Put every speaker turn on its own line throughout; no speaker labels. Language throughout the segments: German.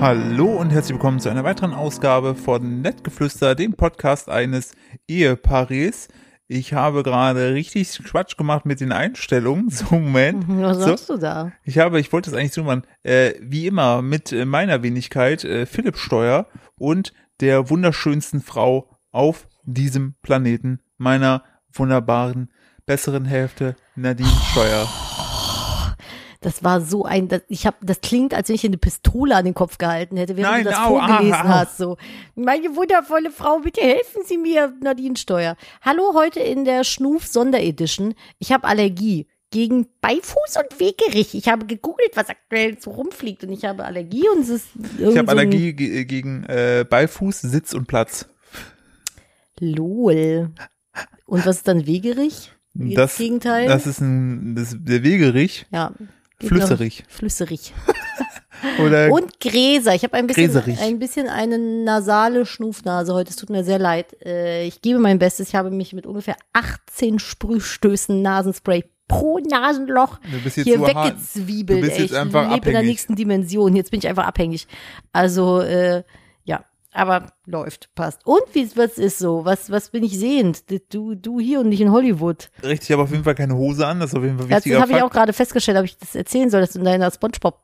Hallo und herzlich willkommen zu einer weiteren Ausgabe von Nettgeflüster, dem Podcast eines Ehepaares. Ich habe gerade richtig Quatsch gemacht mit den Einstellungen. So, Moment.
Mhm, Was
So,
sagst du da?
ich habe, ich wollte es eigentlich so machen, äh, wie immer mit äh, meiner Wenigkeit, äh, Philipp Steuer und der wunderschönsten Frau auf diesem Planeten, meiner wunderbaren, besseren Hälfte, Nadine Steuer.
Das war so ein, das, ich hab, das klingt, als wenn ich dir eine Pistole an den Kopf gehalten hätte, während
Nein,
du das
au,
vorgelesen
au, au.
hast. So, meine wundervolle Frau, bitte helfen Sie mir, Nadine Steuer. Hallo, heute in der Schnuf Sonderedition. Ich habe Allergie gegen Beifuß und Wegerich. Ich habe gegoogelt, was aktuell so rumfliegt und ich habe Allergie und es ist
Ich
irgend
habe
so ein-
Allergie ge gegen äh, Beifuß, Sitz und Platz.
Lol. Und was ist dann Wegerich? Jetzt
Das-
Gegenteil?
Das ist ein, das, der Wegerich,
ja.
flüsserig.
Flüsserig.
Oder
Und Gräser. Ich habe ein bisschen,
Äh, Gräserig.
ein bisschen eine nasale Schnufnase heute. Es tut mir sehr leid. Äh, ich gebe mein Bestes. Ich habe mich mit ungefähr 18 Sprühstößen Nasenspray pro Nasenloch
du bist jetzt
hier
so hart.
weggezwiebelt.
Du bist
ey.
jetzt einfach
ich lebe in der
abhängig.
nächsten Dimension. Jetzt bin ich einfach abhängig. Also, äh, ja. Aber läuft, passt. Und wie, was ist so? Was, was bin ich sehend? Du, du hier und nicht in Hollywood.
Richtig, ich habe auf jeden Fall keine Hose an, das ist auf jeden Fall
Das,
wichtiger
das habe ich auch
Fakt.
gerade festgestellt, ob ich das erzählen soll, dass du in deiner Spongebob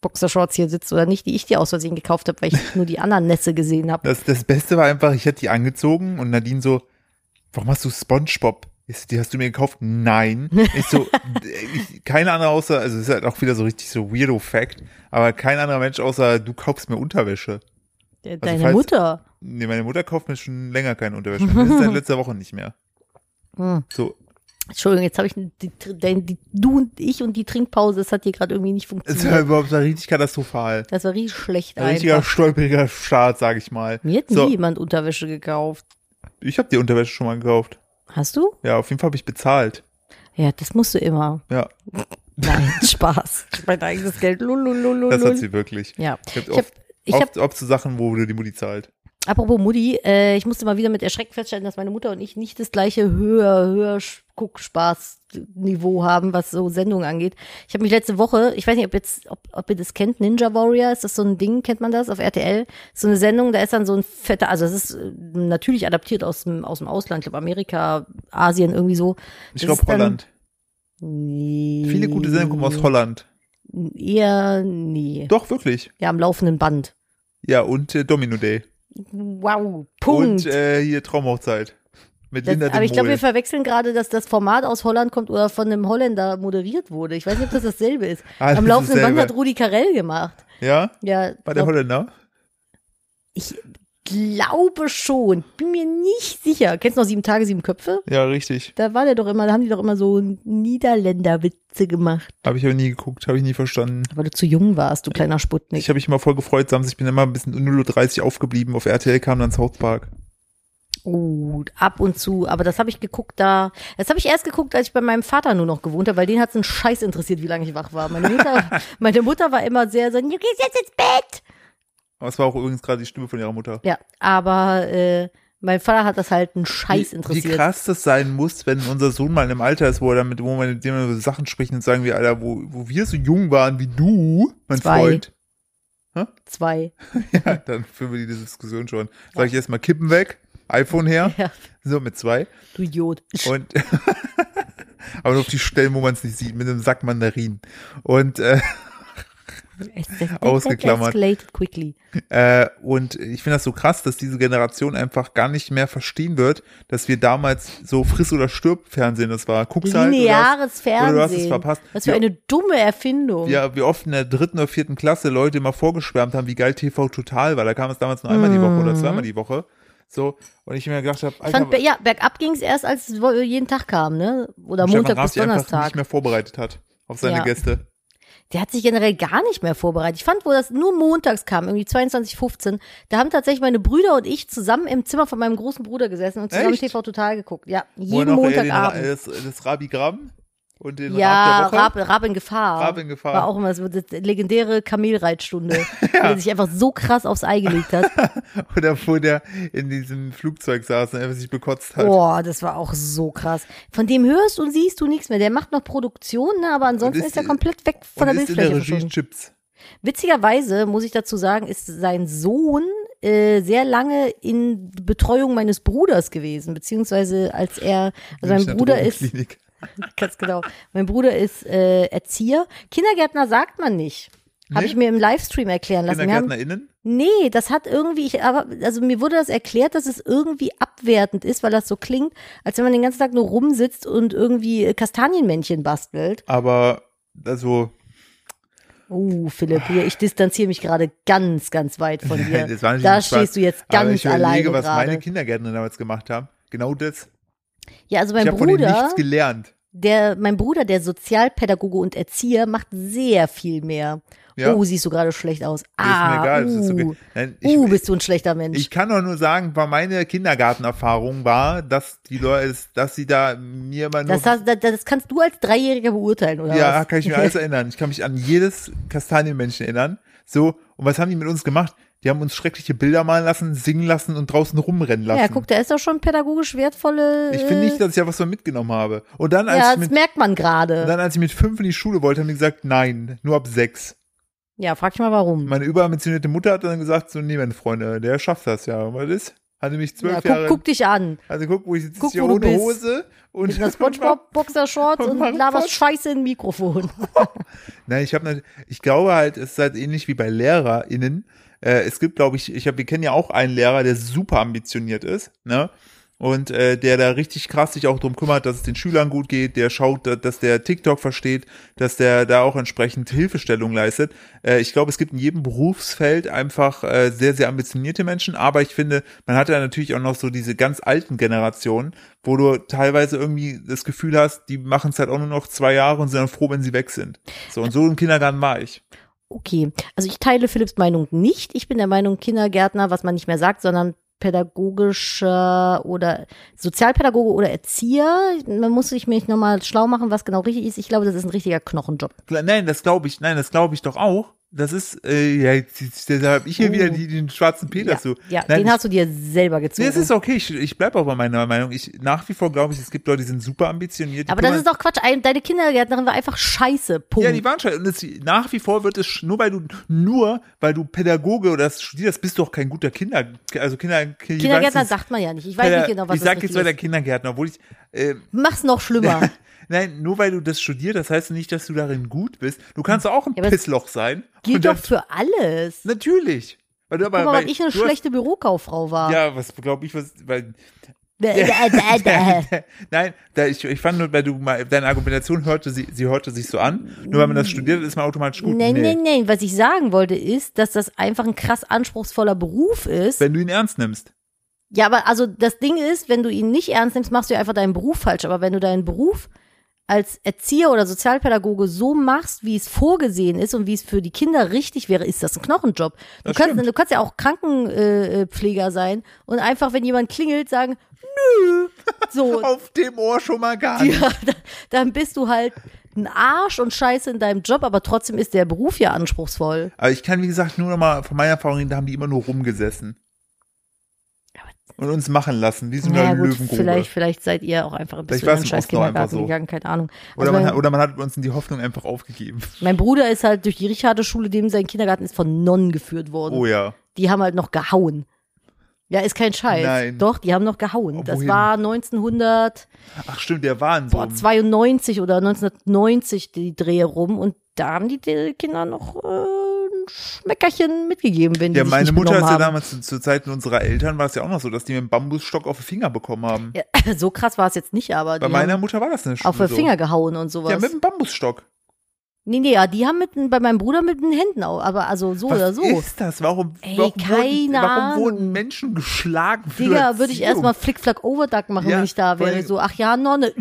Boxershorts hier sitzt oder nicht, die ich dir aus Versehen gekauft habe, weil ich nur die anderen Nässe gesehen Äh, habe.
Das, das Beste war einfach, ich hätte die angezogen und Nadine so, warum hast du Spongebob? Ich so, die hast du mir gekauft? Nein. Ich so, ich, kein anderer außer, also es ist halt auch wieder so richtig so weirdo Fact, aber kein anderer Mensch außer, du kaufst mir Unterwäsche.
Deine
Also falls-
Mutter.
Nee, meine Mutter kauft mir schon länger keine Unterwäsche. mehr. Das ist seit letzter Woche nicht mehr.
Hm.
So,
Entschuldigung, jetzt habe ich die, dein, die, du und ich und die Trinkpause, das hat hier gerade irgendwie nicht
es war
funktioniert.
überhaupt war richtig katastrophal.
Das war richtig schlecht
Ein richtiger
einfach.
stolperiger Start, sag ich mal.
Mir hat
So.
nie jemand Unterwäsche gekauft.
Ich habe die Unterwäsche schon mal gekauft.
Hast du?
Ja, auf jeden Fall habe ich bezahlt.
Ja, das musst du immer.
Ja,
Nein, Spaß. Ich hab mein eigenes Geld. Lululululul.
das hat sie wirklich.
Oh, Ja.
Ich
Ich habe
habe
ich hab
oft, oft zu Sachen, wo du die Mutti zahlt.
Apropos Mutti, äh, ich musste mal wieder mit Erschrecken feststellen, dass meine Mutter und ich nicht das gleiche höher, höher Sch- Guckspaßniveau haben, was so Sendungen angeht. Ich habe mich letzte Woche, ich weiß nicht, ob jetzt, ob, ob ihr das kennt, Ninja Warrior, ist das so ein Ding, kennt man das auf RTL? So eine Sendung, da ist dann so ein fetter, also es ist äh, natürlich adaptiert aus dem, aus dem Ausland, ich glaube Amerika, Asien irgendwie so.
Ich
Das
glaube
ist dann-
Holland.
Nee.
Viele gute Sendungen kommen aus Holland.
Holland. Eher nee.
Doch, wirklich.
Ja, am laufenden Band.
Ja, und äh, Domino Day.
Wow, Punkt.
Und äh, hier Traumhochzeit. Mit
Das,
Linda de
aber ich glaube, wir
Mol.
verwechseln gerade, dass das Format aus Holland kommt oder von einem Holländer moderiert wurde. Ich weiß nicht, ob das dasselbe ist.
Ah, das
Am
ist
laufenden Band
dasselbe.
hat Rudi Carell gemacht.
Ja,
Ja,
war der
glaub,
Holländer?
ich glaube schon. Bin mir nicht sicher. Kennst du noch Sieben Tage, Sieben Köpfe?
Ja, richtig.
Da war der doch immer, da haben die doch immer so Niederländerwitze gemacht.
Habe ich aber nie geguckt, habe ich nie verstanden.
Weil du zu jung warst, du kleiner Sputnik.
Ich habe mich immer voll gefreut, Sams. Ich bin immer ein bisschen 0.30 Uhr aufgeblieben. Auf RTL kam dann South Park.
Oh, ab und zu. Aber das habe ich geguckt da. Das habe ich erst geguckt, als ich bei meinem Vater nur noch gewohnt habe, weil den hat's einen Scheiß interessiert, wie lange ich wach war. Meine Mutter, meine Mutter war immer sehr so, du gehst jetzt ins Bett.
Aber es war auch übrigens gerade die Stimme von ihrer Mutter.
Ja, aber äh, mein Vater hat das halt einen Scheiß
wie, Wie
interessiert.
krass das sein muss, wenn unser Sohn mal in einem Alter ist, wo er dann mit, wo man mit dem wir so Sachen spricht und sagen wir, Alter, wo, wo wir so jung waren wie du, mein
Zwei.
Freund.
Zwei.
Ja, dann führen wir die Diskussion schon. Sag ich erstmal Kippen weg, iPhone her,
Ja,
so mit zwei.
du Idiot.
Und aber nur auf die Stellen, wo man es nicht sieht, mit einem Sack Mandarinen. Und, äh, ausgeklammert.
Escalated quickly.
äh, und ich finde das so krass, dass diese Generation einfach gar nicht mehr verstehen wird, dass wir damals so Friss oder Stirb Fernsehen das war. Guckst halt oder hast-
Lineares Fernsehen.
oder du hast es verpasst.
Was für
Ja.
eine dumme Erfindung.
ja, wie oft in der dritten oder vierten Klasse Leute immer vorgeschwärmt haben, wie geil TV Total war. Da kam es damals nur einmal die Woche oder zweimal die Woche. So, und ich mir gedacht habe,
Ich
Alter,
fand, ja, bergab ging's erst, als es wo- jeden Tag kam, ne? Oder
Stefan
Montag
Raab
bis
sich einfach
Donnerstag.
nicht mehr vorbereitet hat auf seine
Ja.
Gäste.
Der hat sich generell gar nicht mehr vorbereitet. Ich fand, wo das nur montags kam, irgendwie 22.15, da haben tatsächlich meine Brüder und ich zusammen im Zimmer von meinem großen Bruder gesessen und zusammen
Echt?
TV total geguckt. Ja,
Wo er
jeden
noch äh, den, Ra-
Montagabend.
das, das Rabi Gramm und den
Ja,
Rab der Woche.
Rab, Rab in Gefahr.
Rab in Gefahr.
War auch immer so die legendäre Kamelreitstunde, wo er sich einfach so krass aufs Ei gelegt hat.
Oder wo der in diesem Flugzeug saß und einfach sich bekotzt hat.
Boah, das war auch so krass. Von dem hörst und siehst du nichts mehr. Der macht noch Produktion, ne? aber ansonsten
ist-
ist, er komplett weg von
und
der
ist in der
Bildfläche
Regie
verschwunden.
Chips.
Witzigerweise muss ich dazu sagen, ist sein Sohn äh, sehr lange in Betreuung meines Bruders gewesen, beziehungsweise als er, also mein
Münchner
Bruder ist,
Drogenklinik.
ganz genau, mein Bruder ist äh, Erzieher. Kindergärtner sagt man nicht. Habe
Nee?
ich mir im Livestream erklären lassen. Wir haben
KindergärtnerInnen?
Nee, das hat irgendwie, ich, aber, also mir wurde das erklärt, dass es irgendwie abwertend ist, weil das so klingt, als wenn man den ganzen Tag nur rumsitzt und irgendwie äh, Kastanienmännchen bastelt.
Aber, also,
Uh, Philipp, hier, ich distanziere mich gerade ganz, ganz weit von dir.
das war natürlich
da
ein Spaß.
stehst du jetzt
aber
ganz
ich überlege,
alleine
was meine
gerade.
Kindergärtner damals gemacht haben. Genau das.
Ja, also
ich
mein
habe von denen
Bruder,
nichts gelernt.
der, mein Bruder, der Sozialpädagoge und Erzieher, macht sehr viel mehr.
Ja.
Oh, siehst du gerade schlecht aus.
ist mir
Ah,
egal. das ist
uh,
okay. Nein, ich,
uh, bist du ein schlechter Mensch.
Ich kann doch nur sagen, weil meine Kindergartenerfahrung war, dass die Leute, dass sie da mir immer nur.
das, hast- das, das kannst du als Dreijähriger beurteilen, oder
ja,
was?
kann ich mir alles erinnern. Ich kann mich an jedes Kastanienmenschen erinnern. So, und was haben die mit uns gemacht? Die haben uns schreckliche Bilder malen lassen, singen lassen und draußen rumrennen lassen.
Ja, guck, da ist doch schon pädagogisch wertvolle.
ich finde
äh,
nicht, dass ich da was von mitgenommen habe. Und dann, als
Ja,
ich
das
mit,
merkt man
und
gerade.
dann, als ich mit fünf in die Schule wollte, haben die gesagt, nein, nur ab sechs.
Ja, frag ich mal warum.
Meine überambitionierte Mutter hat dann gesagt, so, nee, meine Freunde, der schafft das ja. Und Was ist? Hatte mich zwölf
Ja,
Jahre.
guck, guck dich an.
also guck, wo ich sitze
guck,
hier
wo du
ohne
bist.
Hose und
Mit einer Spongebob-Boxershorts
Und
und
mach
laberst
Quatsch.
Scheiße in ein Mikrofon.
Nein, ich habe ich glaube halt, es ist halt ähnlich wie bei LehrerInnen. Äh, es gibt, glaube ich, ich hab, wir kennen ja auch einen Lehrer, der super ambitioniert ist, ne? Und äh, der da richtig krass sich auch drum kümmert, dass es den Schülern gut geht, der schaut, da- dass der TikTok versteht, dass der da auch entsprechend Hilfestellung leistet. Äh, ich glaube, es gibt in jedem Berufsfeld einfach äh, sehr, sehr ambitionierte Menschen, aber ich finde, man hat ja natürlich auch noch so diese ganz alten Generationen, wo du teilweise irgendwie das Gefühl hast, die machen es halt auch nur noch zwei Jahre und sind dann froh, wenn sie weg sind. So, und so im Kindergarten war ich.
Okay, also ich teile Philipps Meinung nicht. Ich bin der Meinung, Kindergärtner, was man nicht mehr sagt, sondern pädagogischer oder Sozialpädagoge oder Erzieher. Man muss sich mich nochmal schlau machen, was genau richtig ist. Ich glaube, das ist ein richtiger Knochenjob.
Nein, das glaube ich, nein, das glaube ich doch auch. Das ist, äh, ja, jetzt, jetzt, jetzt habe ich hier
Oh.
wieder die, den schwarzen Peter
ja,
zu.
ja
nein,
den
ich,
hast du dir selber
Nee,
gezogen.
es ist okay, ich, ich bleibe auch bei meiner Meinung. Ich, nach wie vor glaube ich, es gibt Leute, die sind super ambitioniert. Die
Aber das
kümmern-
ist doch Quatsch. Ein- Deine Kindergärtnerin war einfach scheiße. Punkt.
Ja, die waren schon. Und es, nach wie vor wird es sch- nur weil du nur weil du Pädagoge oder das studierst, bist du auch kein guter Kinder, also Kinder.
Kindergärtner sagt man ja nicht. Ich weiß nicht genau, was
Ich sag
das
jetzt
jetzt
bei der
ist.
Kindergärtner, obwohl ich äh,
Mach's noch schlimmer.
Nein, nur weil du das studierst, das heißt nicht, dass du darin gut bist. Du kannst auch ein
Ja, aber es
Pissloch sein.
Gilt
Und dann-
doch für alles.
Natürlich. Weil du aber,
Guck mal,
weil
was ich eine
du hast-
schlechte Bürokauffrau war. Äh,
Ja, was glaube ich, was. Weil,
Bäh, bäh, bäh, bäh.
nein, da ich, ich fand nur, weil du mal, deine Argumentation hörte, sie, sie hörte sich so an. Nur weil man das studiert, ist man automatisch gut.
Nein, nein, nein. Was ich sagen wollte ist, dass das einfach ein krass anspruchsvoller Beruf ist.
Wenn du ihn ernst nimmst.
Ja, aber also das Ding ist, wenn du ihn nicht ernst nimmst, machst du ja einfach deinen Beruf falsch. Aber wenn du deinen Beruf als Erzieher oder Sozialpädagoge so machst, wie es vorgesehen ist und wie es für die Kinder richtig wäre, ist das ein Knochenjob. Du,
Das
kannst,
stimmt.
du kannst ja auch Krankenpfleger sein und einfach, wenn jemand klingelt, sagen, nö. So,
Auf dem Ohr schon mal gar nicht.
ja, da- dann bist du halt ein Arsch und scheiße in deinem Job, aber trotzdem ist der Beruf ja anspruchsvoll.
Aber ich kann, wie gesagt, nur noch mal von meiner Erfahrung reden, da haben die immer nur rumgesessen. Und uns machen lassen, wie so eine
Ja, gut,
Löwengrube.
vielleicht, vielleicht seid ihr auch einfach ein
Vielleicht
bisschen
war
in
es
den
im
scheiß
Osten auch einfach
Kindergarten
so.
gegangen, keine Ahnung.
Oder,
Also
man
mein-
hat, oder man hat uns in die Hoffnung einfach aufgegeben.
Mein Bruder ist halt durch die Richarde-Schule, dem sein Kindergarten ist von Nonnen geführt worden.
Oh ja.
Die haben halt noch gehauen. Ja, ist kein Scheiß.
Nein.
Doch, die haben noch gehauen. Das
Wohin?
war 1992
Ach stimmt, der war in so einem-
oder 1990 die Drehe rum und da haben die, die Kinder noch äh, ein Schmeckerchen mitgegeben, wenn die
Ja,
sich
meine
nicht
Mutter ist
benommen
ja
haben.
damals zu, zu Zeiten unserer Eltern war es ja auch noch so, dass die mir einen Bambusstock auf den Finger bekommen haben.
Ja, so krass war es jetzt nicht, aber
Bei
die
meiner
haben
Mutter war das in der Schule
auf den
so.
Finger gehauen und sowas.
Ja, mit einem Bambusstock.
nee, nee, ja, die haben mit, bei meinem Bruder mit den Händen, au- aber also so
Was
oder so.
ist das? Warum,
Ey,
warum, wurden,
keine
warum wurden
Ahnung.
Menschen geschlagen für
Digga, würde ich
Erziehung?
erstmal Flickflack-Overduck machen,
Ja,
wenn ich da
vor
wäre.
allem-
So, ach ja, Nonne.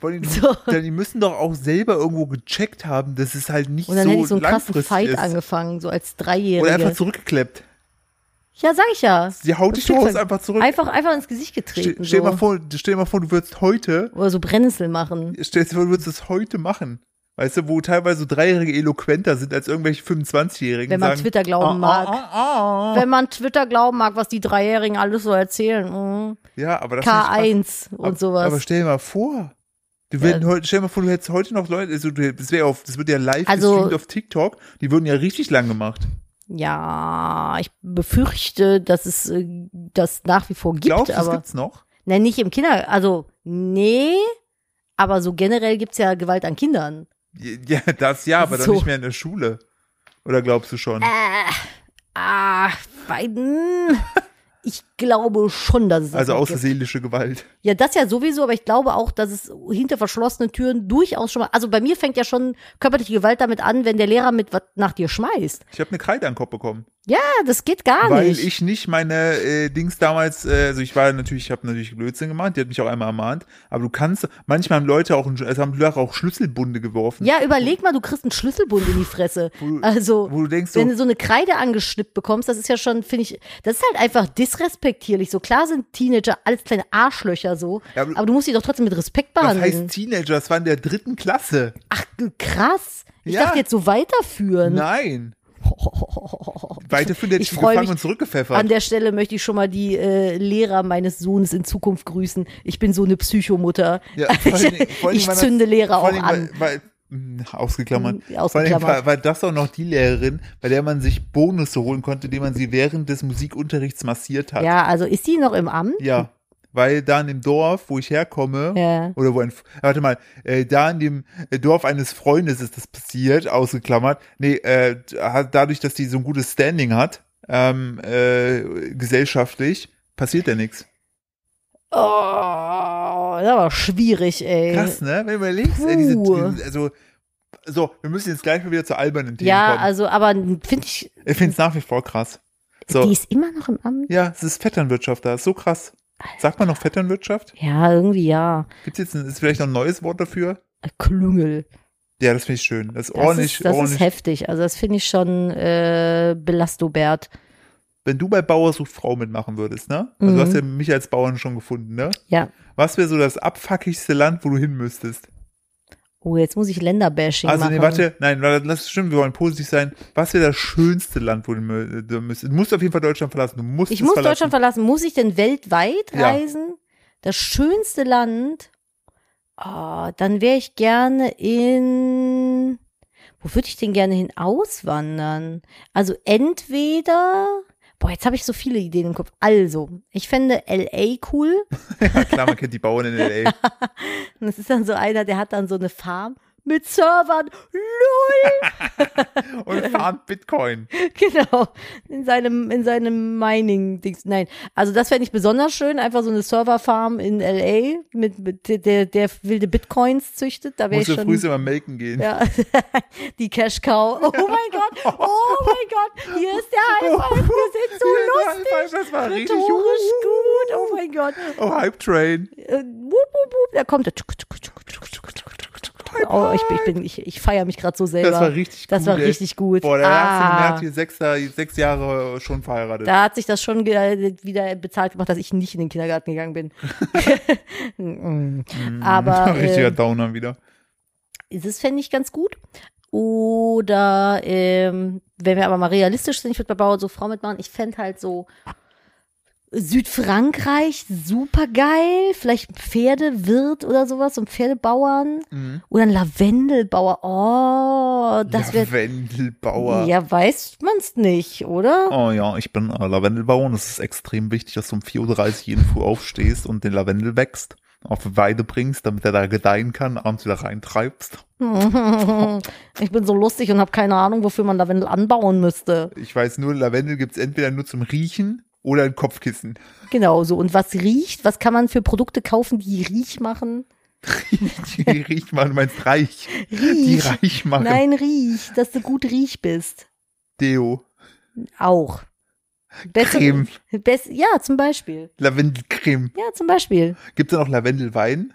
Vor allem,
So.
dann, die müssen doch auch selber irgendwo gecheckt haben, dass es halt nicht
Und dann
so
hätte ich so einen krassen
langfristig
Fight
ist.
angefangen, so als
Oder einfach
Dreijährige.
zurückgekleppt.
Ja, sag ich ja.
Sie haut dich
Flickflack-
raus, einfach zurück.
Einfach, einfach ins Gesicht
Stell,
getreten.
stell,
so.
mal vor, stell dir mal vor, du würdest heute,
Oder so Brennnessel machen.
stell dir vor, du würdest das heute machen. Weißt du, wo teilweise so Dreijährige eloquenter sind als irgendwelche 25-Jährigen.
Wenn man
sagen,
Twitter glauben mag.
Ah, ah, ah.
Wenn man Twitter glauben mag, was die Dreijährigen alles so erzählen. Mhm.
Ja, aber das ist nicht
K1
aber,
und sowas.
Aber stell dir mal vor, du Wir werden heute, stell dir mal vor, du hättest heute noch Leute, also du, das wäre auf, das wird ja live
Also-
gestreamt auf TikTok, die würden ja richtig lang gemacht.
Ja, ich befürchte, dass es äh, das nach wie vor gibt,
Glaubst du, das
aber
gibt's noch?
nein, Ne, nicht im Kinder, also nee, aber so generell gibt's ja Gewalt an Kindern.
Ja, das ja, aber
So.
dann nicht mehr in der Schule. Oder glaubst du schon?
Äh, ah, beiden. Ich glaube schon, dass es das
Also
noch
außer
gibt.
seelische Gewalt.
Ja, das ja sowieso, aber ich glaube auch, dass es hinter verschlossenen Türen durchaus schon mal. Also bei mir fängt ja schon körperliche Gewalt damit an, wenn der Lehrer mit was nach dir schmeißt.
Ich habe eine Kreide an den Kopf bekommen,
Ja, das geht gar
weil
nicht.
ich nicht meine äh, Dings damals, äh, also ich war natürlich, ich habe natürlich Blödsinn gemacht, die hat mich auch einmal ermahnt, aber du kannst, manchmal haben Leute auch, einen- es haben Leute auch Schlüsselbunde geworfen,
ja, überleg mal, du kriegst einen Schlüsselbund in die Fresse.
Wo du-
Also,
wo du denkst
wenn
so,
du so eine Kreide angeschnippt bekommst, das ist ja schon, finde ich, das ist halt einfach disrespektierlich. So klar sind Teenager alles kleine Arschlöcher so,
Ja,
aber,
aber-
du musst sie doch trotzdem mit Respekt
was
behandeln.
heißt Teenager, das war in der dritten Klasse.
Ach, krass. Ich
Ja.
dachte jetzt so weiterführen. Oh,
Nein, weiterführen hätte ich
Ich
die
freu
gefangen
mich
und
An
zurückgepfeffert.
der Stelle möchte ich schon mal die äh, Lehrer meines Sohnes in Zukunft grüßen. Ich bin so eine Psychomutter.
Ja, vor allen Dingen- vor allen
ich
Dingen war das-
zünde Lehrer
Vor
auch
allem,
an.
weil, weil, mh, ausgeklammert.
Mhm, ausgeklammert.
Vor allem war, war das auch noch die Lehrerin, bei der man sich Bonusse holen konnte, die man sie während des Musikunterrichts massiert hat.
Ja, also ist sie noch im Amt?
Ja, weil da in dem Dorf, wo ich herkomme,
Ja.
oder wo ein, warte mal, äh, da in dem äh, Dorf eines Freundes ist das passiert, ausgeklammert. Nee, äh, hat- dadurch, dass die so ein gutes Standing hat, ähm, äh, gesellschaftlich, passiert ja nichts.
Oh, das war schwierig, ey.
Krass, ne? Wenn du überlegst, äh, diese,
Äh, Puh.
diese- also, so, wir müssen jetzt gleich mal wieder zu albernen Themen
Ja,
kommen.
also, aber finde ich,
ich finde es nach wie vor krass.
die
So,
ist immer noch im Amt.
ja, es ist Vetternwirtschaft da, ist so krass. Sagt man noch Vetternwirtschaft?
Ja, irgendwie ja. Äh,
Gibt's jetzt ein, ist vielleicht noch ein neues Wort dafür?
Klüngel.
Ja, das finde ich schön. Das ist
Das
ordentlich,
ist, das
ordentlich.
ist heftig. Also, das finde ich schon äh, Belastobert.
Wenn du bei Bauer sucht Frau mitmachen würdest, ne? Also
Mhm.
du hast ja mich als Bauern schon gefunden, ne?
Ja.
Was wäre so das abfuckigste Land, wo du hin müsstest?
Oh, jetzt muss ich Länderbashing
also,
machen.
nee, warte, nein, warte, lass stimmt, wir wollen positiv sein. Was wäre das schönste Land, wo du, mü- du müsstest? Du musst auf jeden Fall Deutschland verlassen. Du musst
Ich
es
muss
verlassen.
Deutschland verlassen. Muss ich denn weltweit
Ja.
reisen? Das schönste Land? Ah, dann wäre ich gerne in. Wo würde ich denn gerne hin auswandern? Also entweder. Boah, jetzt habe ich so viele Ideen im Kopf. Also, ich fände LA cool.
Ja, klar, man kennt die Bauern in L.A.
Und es ist dann so einer, der hat dann so eine Farm mit Servern. LOL!
und farmt Bitcoin.
Genau. In seinem, in seinem Mining-Dings. Nein. Also das fände ich besonders schön. Einfach so eine Serverfarm in LA mit, mit der- der, der wilde Bitcoins züchtet. Da wäre ich
Musst du früh
schon.
immer melken gehen.
Ja, die Cash Cow. Oh mein Gott, oh mein Gott, hier ist der High Five, wir sind so
Ja,
lustig,
das war richtig.
rhetorisch gut, oh mein Gott.
Oh, Hype Train.
Äh, wup, wup, wup, da kommt der. tschuk, tschuk, tschuk, tschuk, tschuk, tschuk, tschuk, tschuk. Oh, ich, bin- ich, bin- ich, ich feiere mich gerade so selber.
Das war richtig
Das
gut.
war
ey.
richtig gut.
Boah, da hast du
ah.
gemerkt, hier sechs, Jahre- sechs Jahre schon verheiratet.
Da hat sich das schon ge- wieder bezahlt gemacht, dass ich nicht in den Kindergarten gegangen bin. Mm. Aber
Richtiger
äh,
Downer wieder.
das fände ich ganz gut. Oder ähm, wenn wir aber mal realistisch sind, ich würde bei Bauer so Frau mitmachen, ich fände halt so Südfrankreich super geil, vielleicht ein Pferdewirt oder sowas, so ein Pferdebauern
Mhm.
oder ein Lavendelbauer. Oh, das wäre.
Lavendelbauer.
Ja, weiß man's nicht, oder?
Oh ja, ich bin äh, Lavendelbauer und es ist extrem wichtig, dass du um 4.30 Uhr jeden Früh aufstehst und den Lavendel wächst, auf die Weide bringst, damit er da gedeihen kann, abends wieder reintreibst.
Ich bin so lustig und habe keine Ahnung, wofür man Lavendel anbauen müsste.
Ich weiß nur, Lavendel gibt's entweder nur zum Riechen oder ein Kopfkissen.
Genau so. Und was riecht? Was kann man für Produkte kaufen, die Riech machen?
Die riecht man, du meinst reich. Die
Riech.
reich machen.
Nein, riech, dass du gut riech bist.
Deo.
Auch. Besser-
Creme.
Bess, ja, zum Beispiel.
Lavendelcreme.
Ja, zum Beispiel.
Gibt's da noch Lavendelwein?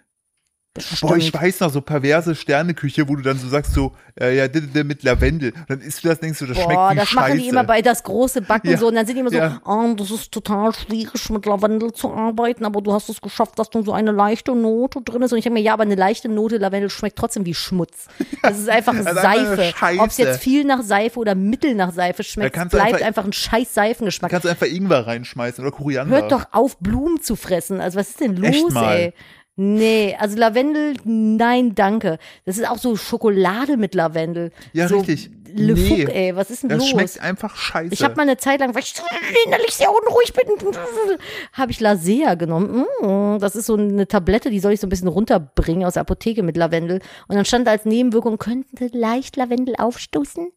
Boah, ich weiß noch, so perverse Sterneküche, wo du dann so sagst, so, äh, ja, d- d- mit Lavendel. Und dann isst du das, denkst du, das schmeckt
Boah,
wie
das
Scheiße.
machen die immer bei das große Backen
Ja.
so. Und dann sind die immer
Ja.
so, oh, das ist total schwierig, mit Lavendel zu arbeiten, aber du hast es geschafft, dass du so eine leichte Note drin ist. Und ich denke mir, ja, aber eine leichte Note Lavendel schmeckt trotzdem wie Schmutz. Das ist einfach
einfach nur
Seife.
Scheiße.
Ob es jetzt viel nach Seife oder mittel nach Seife schmeckt,
Da kannst du
bleibt einfach,
einfach-
ein scheiß
Da
Seifengeschmack.
kannst du einfach Ingwer reinschmeißen oder Koriander.
Hört doch auf, Blumen zu fressen. Also was ist denn los,
Echt mal.
ey? Nee, also Lavendel, nein, danke. Das ist auch so Schokolade mit Lavendel.
Ja,
so
richtig.
Le
Nee.
Fuck, ey, was ist denn
Das
los?
schmeckt einfach scheiße.
Ich habe mal eine Zeit lang, weil ich so innerlich sehr unruhig bin, habe ich Lasea genommen. Mm, Das ist so eine Tablette, die soll ich so ein bisschen runterbringen aus der Apotheke mit Lavendel. Und dann stand da als Nebenwirkung, könnte leicht Lavendel aufstoßen.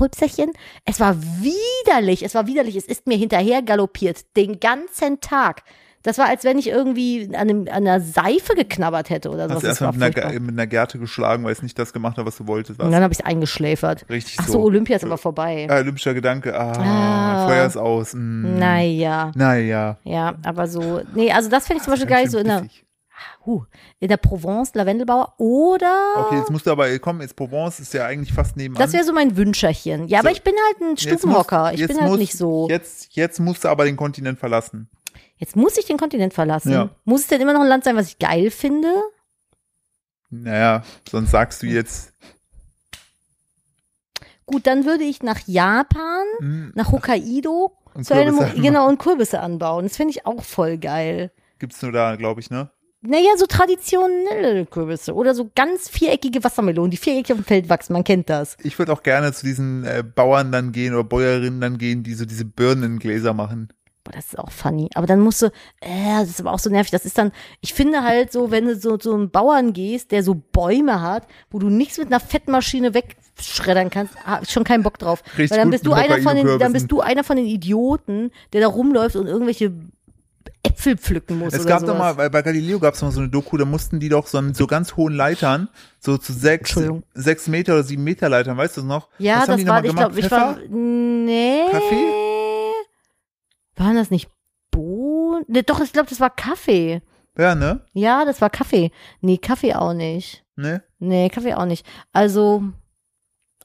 Rübserchen. Es war widerlich, es war widerlich. Es ist mir hinterher galoppiert, den ganzen Tag. Das war, als wenn ich irgendwie an, einem, an einer Seife geknabbert hätte oder sowas.
Hast du
Das
erstmal
war
mit, einer
furchtbar.
Ge- mit einer Gerte geschlagen, weil es nicht das gemacht hat, was du wolltest.
Und
Was?
dann habe ich es eingeschläfert.
Richtig
Ach so,
so.
Olympia ist aber vorbei.
Ah, olympischer Gedanke. Ah,
Ah.
Feuer ist aus. Mm.
Naja.
Naja.
Ja, aber so, nee, also das fände ich zum Beispiel geil,
Ganz
so
schön
in der,
bissig.
uh, in der Provence, Lavendelbauer oder,
Okay, jetzt musst du aber kommen. Jetzt Provence ist ja eigentlich fast nebenan.
das wäre so mein Wünscherchen. Ja, aber
So.
ich bin halt ein
Jetzt musst-
Stubenhocker, ich
jetzt
bin halt
musst-
nicht so, jetzt,
Jetzt, jetzt musst du aber den Kontinent verlassen.
muss ich den Kontinent verlassen.
Ja.
Muss es denn immer noch ein Land sein, was ich geil finde?
Naja, sonst sagst du jetzt,
Gut, dann würde ich nach Japan,
hm,
nach Hokkaido,
Und
zu einem,
Kürbisse anbauen.
genau, und Kürbisse anbauen. Das finde ich auch voll geil.
gibt's nur da, glaube ich, ne?
Naja, so traditionelle Kürbisse oder so ganz viereckige Wassermelonen, die viereckig auf dem Feld wachsen, man kennt das.
Ich würde auch gerne zu diesen äh, Bauern dann gehen oder Bäuerinnen dann gehen, die so diese Birnen in Gläser machen.
Boah, das ist auch funny. Aber dann musst du, äh, das ist aber auch so nervig. Das ist dann, ich finde halt so, wenn du so zu einem Bauern gehst, der so Bäume hat, wo du nichts mit einer Fettmaschine wegschreddern kannst, hab ich schon keinen Bock drauf.
Richtig
Weil dann
gut
bist du
mit
einer von den, dann
Hokkaido-Kürbissen.
bist du einer von den Idioten, der da rumläuft und irgendwelche Äpfel pflücken muss.
Es
oder
gab
sowas.
doch mal, bei, bei Galileo gab es mal so eine Doku, da mussten die doch so mit so ganz hohen Leitern, so zu sechs,
Entschuldigung.
sechs Meter oder sieben Meter Leitern, weißt du das noch? Was
Ja,
haben
das
die noch
war,
mal
ich
gemacht?
glaube, ich
Pfeffer?
war, nee.
Kaffee?
Waren das nicht Bohnen? Nee, doch, ich glaube, das war Kaffee.
Ja, ne?
Ja, das war Kaffee. Nee, Kaffee auch nicht.
Ne?
Nee, Kaffee auch nicht. Also,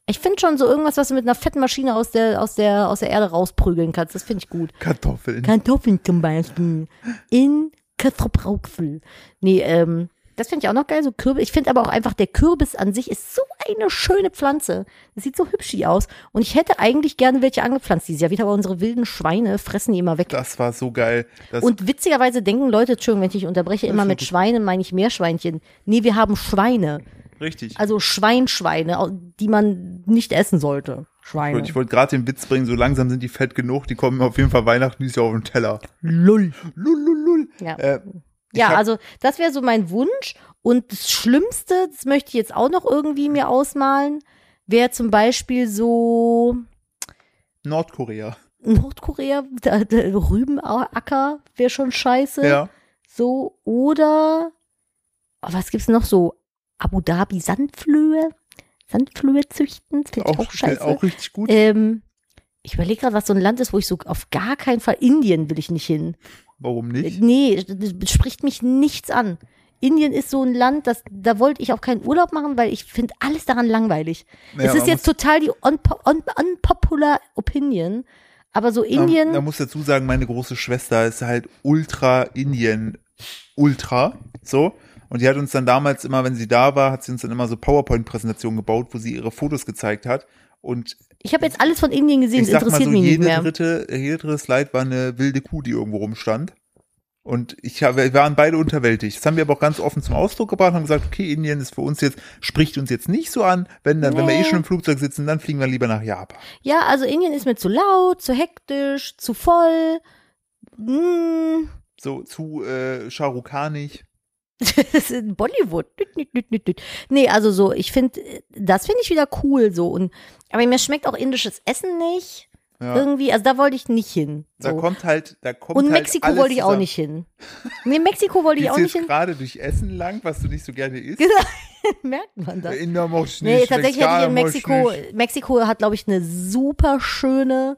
ich finde schon so irgendwas, was du mit einer fetten Maschine aus der, aus der, aus der Erde rausprügeln kannst. Das finde ich gut.
Kartoffeln.
Kartoffeln zum Beispiel. In Kartoffelbrauchfel. Nee, ähm, das finde ich auch noch geil, so Kürbis. Ich finde aber auch einfach, der Kürbis an sich ist so eine schöne Pflanze. Das sieht so hübsch aus. Und ich hätte eigentlich gerne welche angepflanzt dieses Jahr wieder, aber unsere wilden Schweine fressen die immer weg.
das war so geil. Das,
Und witzigerweise denken Leute, Entschuldigung, wenn ich dich unterbreche, immer
schon
mit
gut.
Schweinen meine ich Meerschweinchen. Nee, wir haben Schweine.
richtig.
Also Schweinschweine, au- die man nicht essen sollte. Schweine.
ich wollte gerade den Witz bringen, so langsam sind die fett genug, die kommen auf jeden Fall Weihnachten dieses Jahr auf den Teller.
Lull.
Lul, lul, lul.
Ja.
Äh, ich
Ja,
hab-
also das wäre so mein Wunsch. Und das Schlimmste, das möchte ich jetzt auch noch irgendwie mir ausmalen, wäre zum Beispiel so
Nordkorea.
Nordkorea, da- da- Rübenacker wäre schon scheiße.
Ja.
So, oder oh, was gibt's noch so? Abu Dhabi Sandflöhe? Sandflöhe züchten, das finde ich auch, scheiße.
auch richtig gut.
Ähm, ich überlege gerade, was so ein Land ist, wo ich so auf gar keinen Fall Indien will ich nicht hin. Äh,
Warum nicht?
Nee, das spricht mich nichts an. Indien ist so ein Land, das, da wollte ich auch keinen Urlaub machen, weil ich finde alles daran langweilig.
Naja,
es ist
man
jetzt total die unpo- un unpopular Opinion, aber so Indien,
Da, da muss dazu sagen, meine große Schwester ist halt ultra Indien, ultra, so. Und die hat uns dann damals immer, wenn sie da war, hat sie uns dann immer so PowerPoint-Präsentationen gebaut, wo sie ihre Fotos gezeigt hat. Und
ich habe jetzt alles von Indien gesehen,
ich
es
sag mal
interessiert
so,
mich nicht
jede
mehr.
dritte, jede dritte Slide war eine wilde Kuh, die irgendwo rumstand. Und ich hab, wir waren beide unterwältigt. Das haben wir aber auch ganz offen zum Ausdruck gebracht und haben gesagt, okay, Indien ist für uns jetzt, spricht uns jetzt nicht so an. Wenn dann, wenn wir eh
Nee.
schon im Flugzeug sitzen, dann fliegen wir lieber nach Japan.
Ja, also Indien ist mir zu laut, zu hektisch, zu voll. Mm,
So zu äh, Shahrukhanig.
das ist in Bollywood. Düt, düt, düt, düt, düt. Nee, also so, ich finde, das finde ich wieder cool so. Und, aber mir schmeckt auch indisches Essen nicht.
Ja.
Irgendwie, also da wollte ich nicht hin. So.
Da kommt halt, da kommt
Und
halt
Mexiko
alles
wollte ich auch
zusammen.
nicht hin. Nee, Mexiko wollte ich
Gehst
auch
du
nicht
jetzt
hin.
gerade durch Essen lang, was du nicht so gerne isst? Äh,
Merkt man das?
In der Mosch
Nee,
nicht,
tatsächlich hätte ich in
Mexikaner Mosch
Mexiko,
nicht.
Mexiko hat, glaube ich, eine super schöne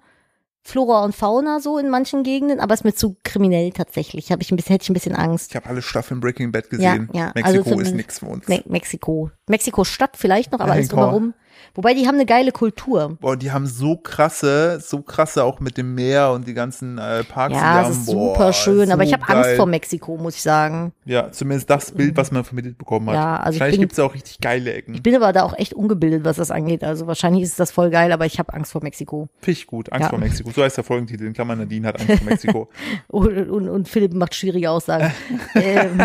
Flora und Fauna so in manchen Gegenden, aber ist mir zu kriminell tatsächlich. Hab ich ein bisschen, hätte ich ein bisschen Angst.
Ich habe alle Staffeln Breaking Bad
Ja,
gesehen.
ja, also
Mexiko
zumindest-
ist nichts für uns.
Me Mexiko. Mexiko-Stadt vielleicht noch, aber
Ja,
alles
Henker.
drumherum. Wobei die haben eine geile Kultur.
Boah, die haben so krasse, so krasse auch mit dem Meer und die ganzen äh, Parks. die
Ja, es
haben.
ist
Boah,
super schön, aber ich habe
so
Angst
geil.
vor Mexiko, muss ich sagen.
Ja, zumindest das Bild, was man vermittelt bekommen hat.
Ja, also ich
Wahrscheinlich
bin-
gibt's da auch richtig geile Ecken.
Ich bin aber da auch echt ungebildet, was das angeht. Also wahrscheinlich ist das voll geil, aber ich habe Angst vor Mexiko.
Finde ich gut. Angst
Ja.
vor Mexiko. So heißt der Folgentitel. In Klammern Nadine hat Angst vor Mexiko.
Und, und, und Philipp macht schwierige Aussagen. ähm.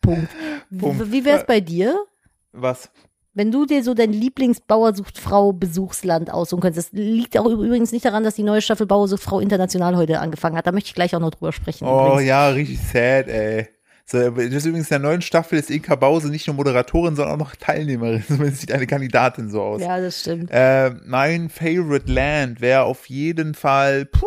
Punkt.
Punkt.
Wie wär's bei dir?
Was?
Wenn du dir so dein Lieblingsbauersuchtfrau-Besuchsland aussuchen könntest, das liegt auch übrigens nicht daran, dass die neue Staffel Bauersuchtfrau international heute angefangen hat. Da möchte ich gleich auch noch drüber sprechen.
Oh
übrigens.
ja, richtig sad, ey. So, äh, das ist übrigens in der neuen Staffel ist Inka Bause nicht nur Moderatorin, sondern auch noch Teilnehmerin. Zumindest sieht eine Kandidatin so aus.
ja, das stimmt.
Äh, mein Favorite Land wäre auf jeden Fall, puh,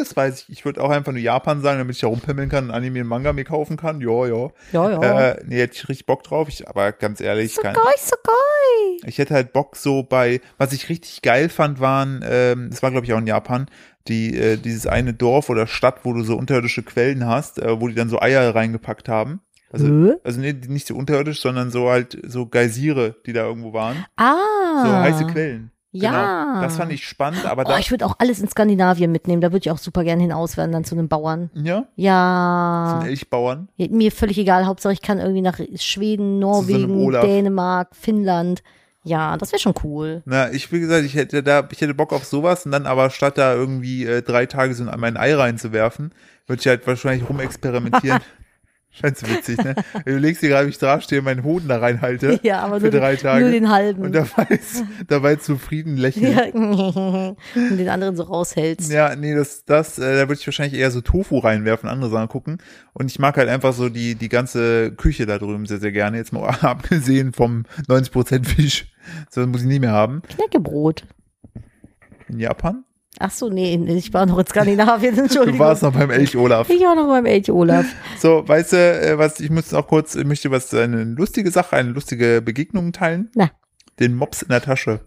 das weiß ich, ich würde auch einfach nur Japan sagen, damit ich da rumpimmeln kann, und Anime und Manga mir kaufen kann. Ja, ja.
Ja, ja.
Äh, nee, hätte ich richtig Bock drauf. Ich, aber ganz ehrlich, kein,
Sokoi, sokoi.
ich hätte halt Bock so bei, was ich richtig geil fand, waren, ähm, das war glaube ich auch in Japan, die, äh, dieses eine Dorf oder Stadt, wo du so unterirdische Quellen hast, äh, wo die dann so Eier reingepackt haben. Also,
Hä?
also nee, nicht so unterirdisch, sondern so halt so Geysire, die da irgendwo waren.
Ah.
So heiße Quellen.
Ja.
Genau. Das fand ich spannend, aber
Oh,
da,
ich würde auch alles in Skandinavien mitnehmen. Da würde ich auch super gerne hinauswandern zu einem Bauern.
ja,
Ja.
zum E- Elchbauern.
Mir völlig egal. Hauptsache, ich kann irgendwie nach Schweden, Norwegen,
Olaf.
Dänemark, Finnland. Ja, das wäre schon cool.
Na, ich, wie gesagt, ich hätte da, ich hätte Bock auf sowas und dann aber statt da irgendwie äh, drei Tage so in mein Ei reinzuwerfen, würde ich halt wahrscheinlich rumexperimentieren. Scheint so witzig, ne? Du legst dir gerade, wie ich da stehe, meinen Hoden da reinhalte.
Ja, aber
für
nur,
drei Tage.
nur den halben.
und dabei, dabei zufrieden lächeln.
Ja. und den anderen so raushältst.
Ja, nee, das, das, äh, da würde ich wahrscheinlich eher so Tofu reinwerfen, andere Sachen gucken. Und ich mag halt einfach so die, die ganze Küche da drüben sehr, sehr gerne. Jetzt mal abgesehen vom 90% Fisch. So das muss ich nie mehr haben.
Knäckebrot.
In Japan?
Ach so, nee, ich war noch in Skandinavien,
Du
Entschuldigung.
warst noch beim Elch Olaf.
ich war noch beim Elch Olaf.
So, weißt du, äh, was, ich muss noch kurz, ich möchte was, eine lustige Sache, eine lustige Begegnung teilen.
Na.
Den Mops in der Tasche.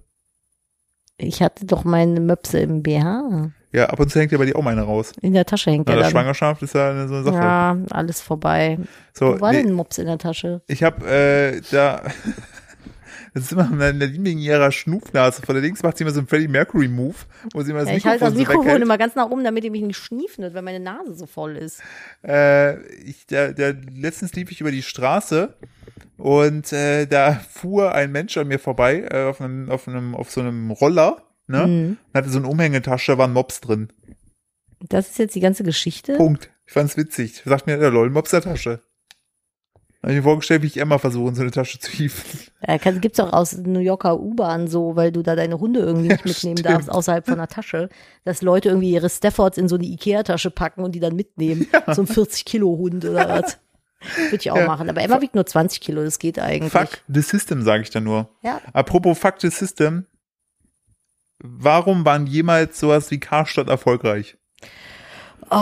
Ich hatte doch meine Möpse im BH.
Ja, ab und zu hängt ja bei dir auch meine raus.
In der Tasche hängt
Na,
er
der
dann.
Schwangerschaft ist ja eine, so eine Sache.
Ja, alles vorbei.
so,
Wo war
nee,
denn ein Mops in der Tasche?
ich habe äh, da, das ist immer eine wegen ihrer Schnupfnase. Von der Links macht sie immer so einen Freddie Mercury Move, wo sie immer das
Ja, ich
Mikrofon
halte das
so
Mikrofon
weghält.
immer ganz nach oben, damit ihr mich nicht schniefnet, weil meine Nase so voll ist.
äh, ich, der, der, letztens lief ich über die Straße und äh, da fuhr ein Mensch an mir vorbei äh, auf, einem, auf, einem, auf so einem Roller ne?
Mhm.
und hatte so eine Umhängetasche, da waren Mops drin.
Das ist jetzt die ganze Geschichte.
Punkt. Ich fand's witzig. Sagt mir, der lol, Mops in der Tasche. Hab ich mir vorgestellt, wie ich Emma versuche, in so eine Tasche zu hieven.
Äh, kann- gibt's auch aus New Yorker U-Bahn so, weil du da deine Hunde irgendwie nicht mitnehmen
stimmt.
darfst, außerhalb von einer Tasche, dass Leute irgendwie ihre Staffords in so eine Ikea-Tasche packen und die dann mitnehmen. So ein 40-Kilo-Hund oder was. Würde ich auch
Ja.
machen. Aber Emma wiegt nur 20 Kilo, das geht eigentlich.
Fuck the system, sage ich da nur.
Ja.
Apropos Fuck the system. Warum waren jemals sowas wie Karstadt erfolgreich?
Oh,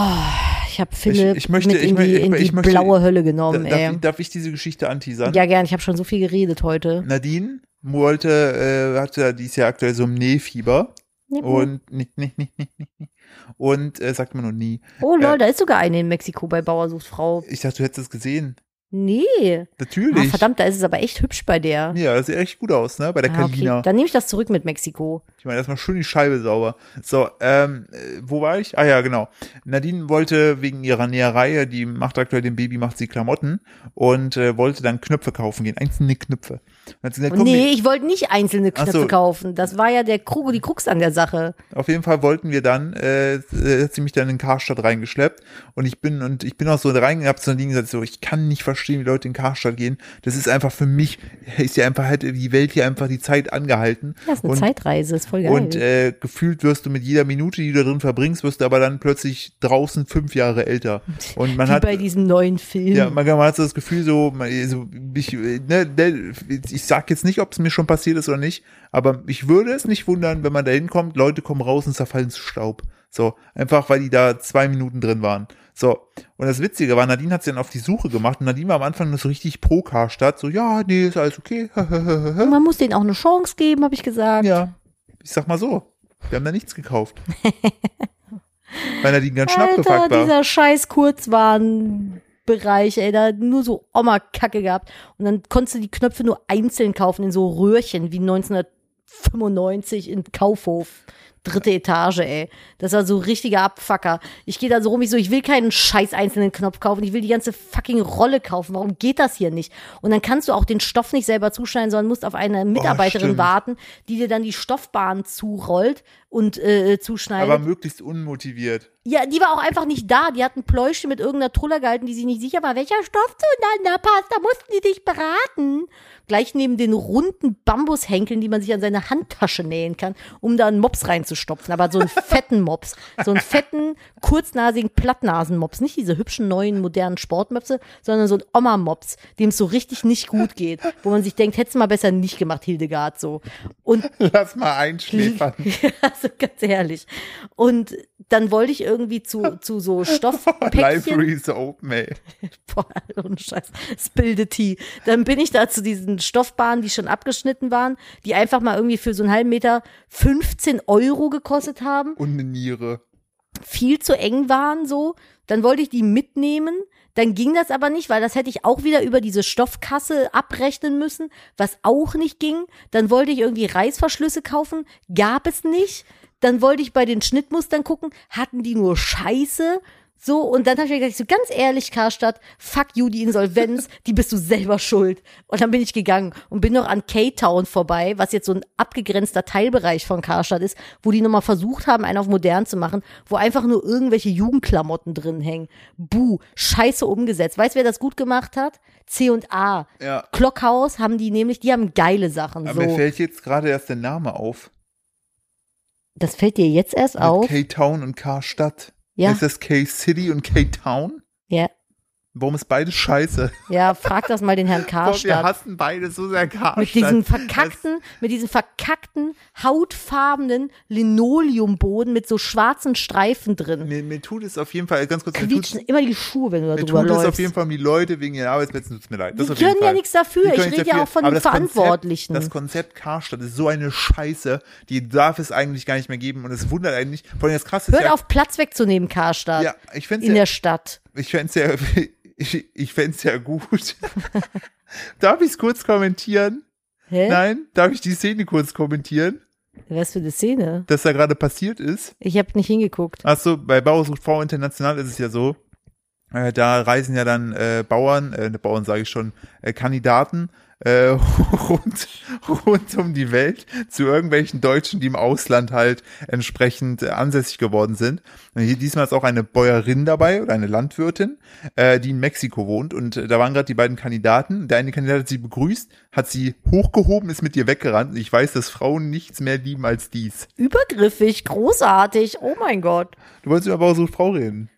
Ich habe Philipp
Ich- ich möchte-
mit in
ich
die,
mö- ich-
in die
ich möchte-
blaue Hölle
Da,
genommen,
darf,
ey.
ich, darf ich diese Geschichte anteasern?
Oh, Ja, gern, ich habe schon so viel geredet heute.
Nadine wollte, äh, hatte ja dieses Jahr aktuell so ein Nähfieber
Mhm.
und nicht, nicht, nicht, nicht, nicht, nicht. Und äh, sagt man nur nie.
oh lol,
äh,
da ist sogar eine in Mexiko bei Bauer sucht Frau.
Ich dachte, du hättest es gesehen.
Nee. Ah,
Natürlich.
verdammt, da ist es aber echt hübsch bei der.
Ja, das sieht echt gut aus, ne? Bei der
Ah,
Kalina.
okay. Dann nehme ich das zurück mit Mexiko.
Ich meine, erstmal schön die Scheibe sauber. So, ähm, äh, wo war ich? Ah ja, genau. Nadine wollte wegen ihrer Näherei, die macht aktuell dem Baby, macht sie Klamotten und äh, wollte dann Knöpfe kaufen gehen, einzelne Knöpfe. Und hat sie gesagt, komm,
Oh nee,
wir-
ich wollte nicht einzelne
Ach so.
Knöpfe kaufen. Das war ja der Krug, die Krux an der Sache.
Auf jeden Fall wollten wir dann, äh, äh, hat sie mich dann in Karstadt reingeschleppt und ich bin und ich bin auch so reingegangen, hab zu Nadine gesagt, so ich kann nicht verstehen, wie Leute in Karstadt gehen. Das ist einfach für mich, ist ja einfach halt die Welt hier einfach die Zeit angehalten.
Das ist eine
und,
Zeitreise, ist voll geil.
Und äh, gefühlt wirst du mit jeder Minute, die du da drin verbringst, wirst du aber dann plötzlich draußen fünf Jahre älter. Und man
Wie
hat
bei diesem neuen Film.
ja, man, man hat so das Gefühl, so, man, so ich, ne, ne, ich sag jetzt nicht, ob es mir schon passiert ist oder nicht, aber ich würde es nicht wundern, wenn man da hinkommt, Leute kommen raus und zerfallen zu Staub. So, einfach weil die da zwei Minuten drin waren. So, und das Witzige war, Nadine hat sie dann auf die Suche gemacht und Nadine war am Anfang nur so richtig pro Karstadt, so, ja, nee, ist alles okay.
man muss denen auch eine Chance geben, habe ich gesagt.
ja, ich sag mal so, wir haben da nichts gekauft. weil Nadine ganz schnapp
Alter,
gefragt war.
dieser scheiß Kurzwaren Bereich, ey, da hat nur so Oma-Kacke gehabt. Und dann konntest du die Knöpfe nur einzeln kaufen in so Röhrchen wie 1995 im Kaufhof. Dritte Etage, ey. Das war so richtiger Abfucker. Ich gehe da so rum, ich so, ich will keinen scheiß einzelnen Knopf kaufen, ich will die ganze fucking Rolle kaufen. Warum geht das hier nicht? Und dann kannst du auch den Stoff nicht selber zuschneiden, sondern musst auf eine Mitarbeiterin
Oh, stimmt.
warten, die dir dann die Stoffbahn zurollt und äh, zuschneidet.
Aber möglichst unmotiviert.
Ja, die war auch einfach nicht da. Die hatten Pläusche mit irgendeiner Truller gehalten, die sich nicht sicher war, welcher Stoff zueinander passt. Da mussten die dich beraten. Gleich neben den runden Bambushänkeln, die man sich an seine Handtasche nähen kann, um da einen Mops reinzustopfen. Aber so einen fetten Mops. So einen fetten, kurznasigen Plattnasen-Mops. Nicht diese hübschen, neuen, modernen Sportmöpse, sondern so ein Oma-Mops, dem es so richtig nicht gut geht. Wo man sich denkt, hättest du mal besser nicht gemacht, Hildegard, so. Und
Lass mal einschläfern.
also ganz ehrlich. Und dann wollte ich irgendwie zu, zu so Stoffpäckchen.
Library is open, ey.
Boah, ohne Scheiß. Spilde Tea. Dann bin ich da zu diesen Stoffbahnen, die schon abgeschnitten waren, die einfach mal irgendwie für so einen halben Meter 15 Euro gekostet haben
Und eine Niere.
viel zu eng waren so, dann wollte ich die mitnehmen, dann ging das aber nicht, weil das hätte ich auch wieder über diese Stoffkasse abrechnen müssen, was auch nicht ging, dann wollte ich irgendwie Reißverschlüsse kaufen, gab es nicht, dann wollte ich bei den Schnittmustern gucken, hatten die nur Scheiße, so, und dann habe ich mir gedacht, so ganz ehrlich, Karstadt, fuck you, die Insolvenz, die bist du selber schuld. Und dann bin ich gegangen und bin noch an K-Town vorbei, was jetzt so ein abgegrenzter Teilbereich von Karstadt ist, wo die nochmal versucht haben, einen auf modern zu machen, wo einfach nur irgendwelche Jugendklamotten drin hängen. Buh, scheiße umgesetzt. Weißt du, wer das gut gemacht hat? C und A.
Ja.
Clockhouse haben die nämlich, die haben geile Sachen.
Aber mir
so.
fällt jetzt gerade erst der Name auf.
Das fällt dir jetzt erst auf.
Mit K-Town und K-Stadt.
Ja.
Ist das K-City und K-Town?
Ja.
Warum ist beides scheiße?
Ja, frag das mal den Herrn
Boah, wir
Karstadt.
hassen beide so sehr Karstadt.
Mit diesem
Das-
verkackten, mit diesem verkackten, hautfarbenen Linoleumboden mit so schwarzen Streifen drin.
Mir, mir tut es auf jeden Fall, ganz kurz, mir tut,
Quietschen immer die Schuhe, wenn du da
mir
drüber
tut es
läufst.
auf jeden Fall um die Leute wegen ihren Arbeitsplätzen, tut mir leid. Das
Die
auf jeden
können ja
Fall.
nichts dafür.
Die können
Ich
nichts
rede ja
dafür.
auch von
Aber
den
das Konzept-
Verantwortlichen.
Das Konzept Karstadt ist so eine Scheiße, die darf es eigentlich gar nicht mehr geben und es wundert einen nicht. Vor allem das Krasse ist
Hört
ja,
auf, Platz wegzunehmen, Karstadt.
ja, ich find's
in
ja,
der Stadt.
Ich fänd's ja, ich, ich fänd's ja gut. darf ich's kurz kommentieren?
Hä?
Nein? Darf ich die Szene kurz kommentieren,
Was für eine Szene?
dass da gerade passiert ist?
Ich habe nicht hingeguckt.
Achso, bei Bauer sucht Frau International ist es ja so. Äh, da reisen ja dann äh, Bauern, äh, ne, Bauern sage ich schon, äh, Kandidaten äh, rund, rund um die Welt zu irgendwelchen Deutschen, die im Ausland halt entsprechend äh, ansässig geworden sind. Und hier diesmal ist auch eine Bäuerin dabei oder eine Landwirtin, äh, die in Mexiko wohnt. Und äh, da waren gerade die beiden Kandidaten. Der eine Kandidat hat sie begrüßt, hat sie hochgehoben, ist mit ihr weggerannt. Und Ich weiß, dass Frauen nichts mehr lieben als dies.
Übergriffig, großartig. Oh mein Gott.
Du wolltest über Bauer sucht Frau reden.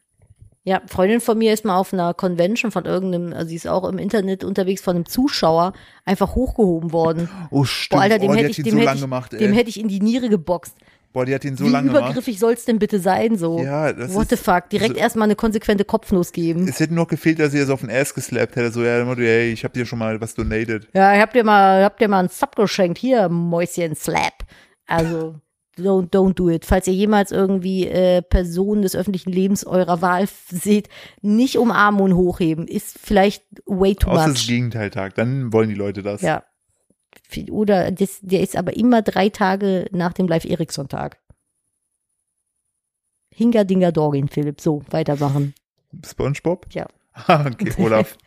Ja, Freundin von mir ist mal auf einer Convention von irgendeinem, also sie ist auch im Internet unterwegs von einem Zuschauer einfach hochgehoben worden.
Oh, stimmt.
Boah, Alter, dem
oh, die
hätte
hat
ich,
ihn
dem
so
hätte
lang
ich,
gemacht, ey.
dem hätte ich in die Niere geboxt.
Boah, die hat ihn so
Wie
lange gemacht.
übergriffig soll's denn bitte sein so?
Ja, das
What
ist-
the fuck? Direkt
so-
erstmal eine konsequente Kopfnuss geben.
Es hätte nur gefehlt, dass sie das auf den Ass geslappt hätte. So, ja, Motto, hey, ich hab dir schon mal was donated.
ja, ich hab dir mal, hab dir mal einen Sub geschenkt. Hier, Mäuschen, Slap. Also, don't, don't do it. Falls ihr jemals irgendwie äh, Personen des öffentlichen Lebens eurer Wahl f- seht, nicht umarmen und hochheben. Ist vielleicht way too
Außer es ist
much.
Gegenteiltag, dann wollen die Leute das.
Ja. Oder das, der ist aber immer drei Tage nach dem Live-Ericsson-Tag. Hinga Dinga Dorgin, Philipp. So, weitermachen.
SpongeBob?
Ja.
Ah, okay, Olaf.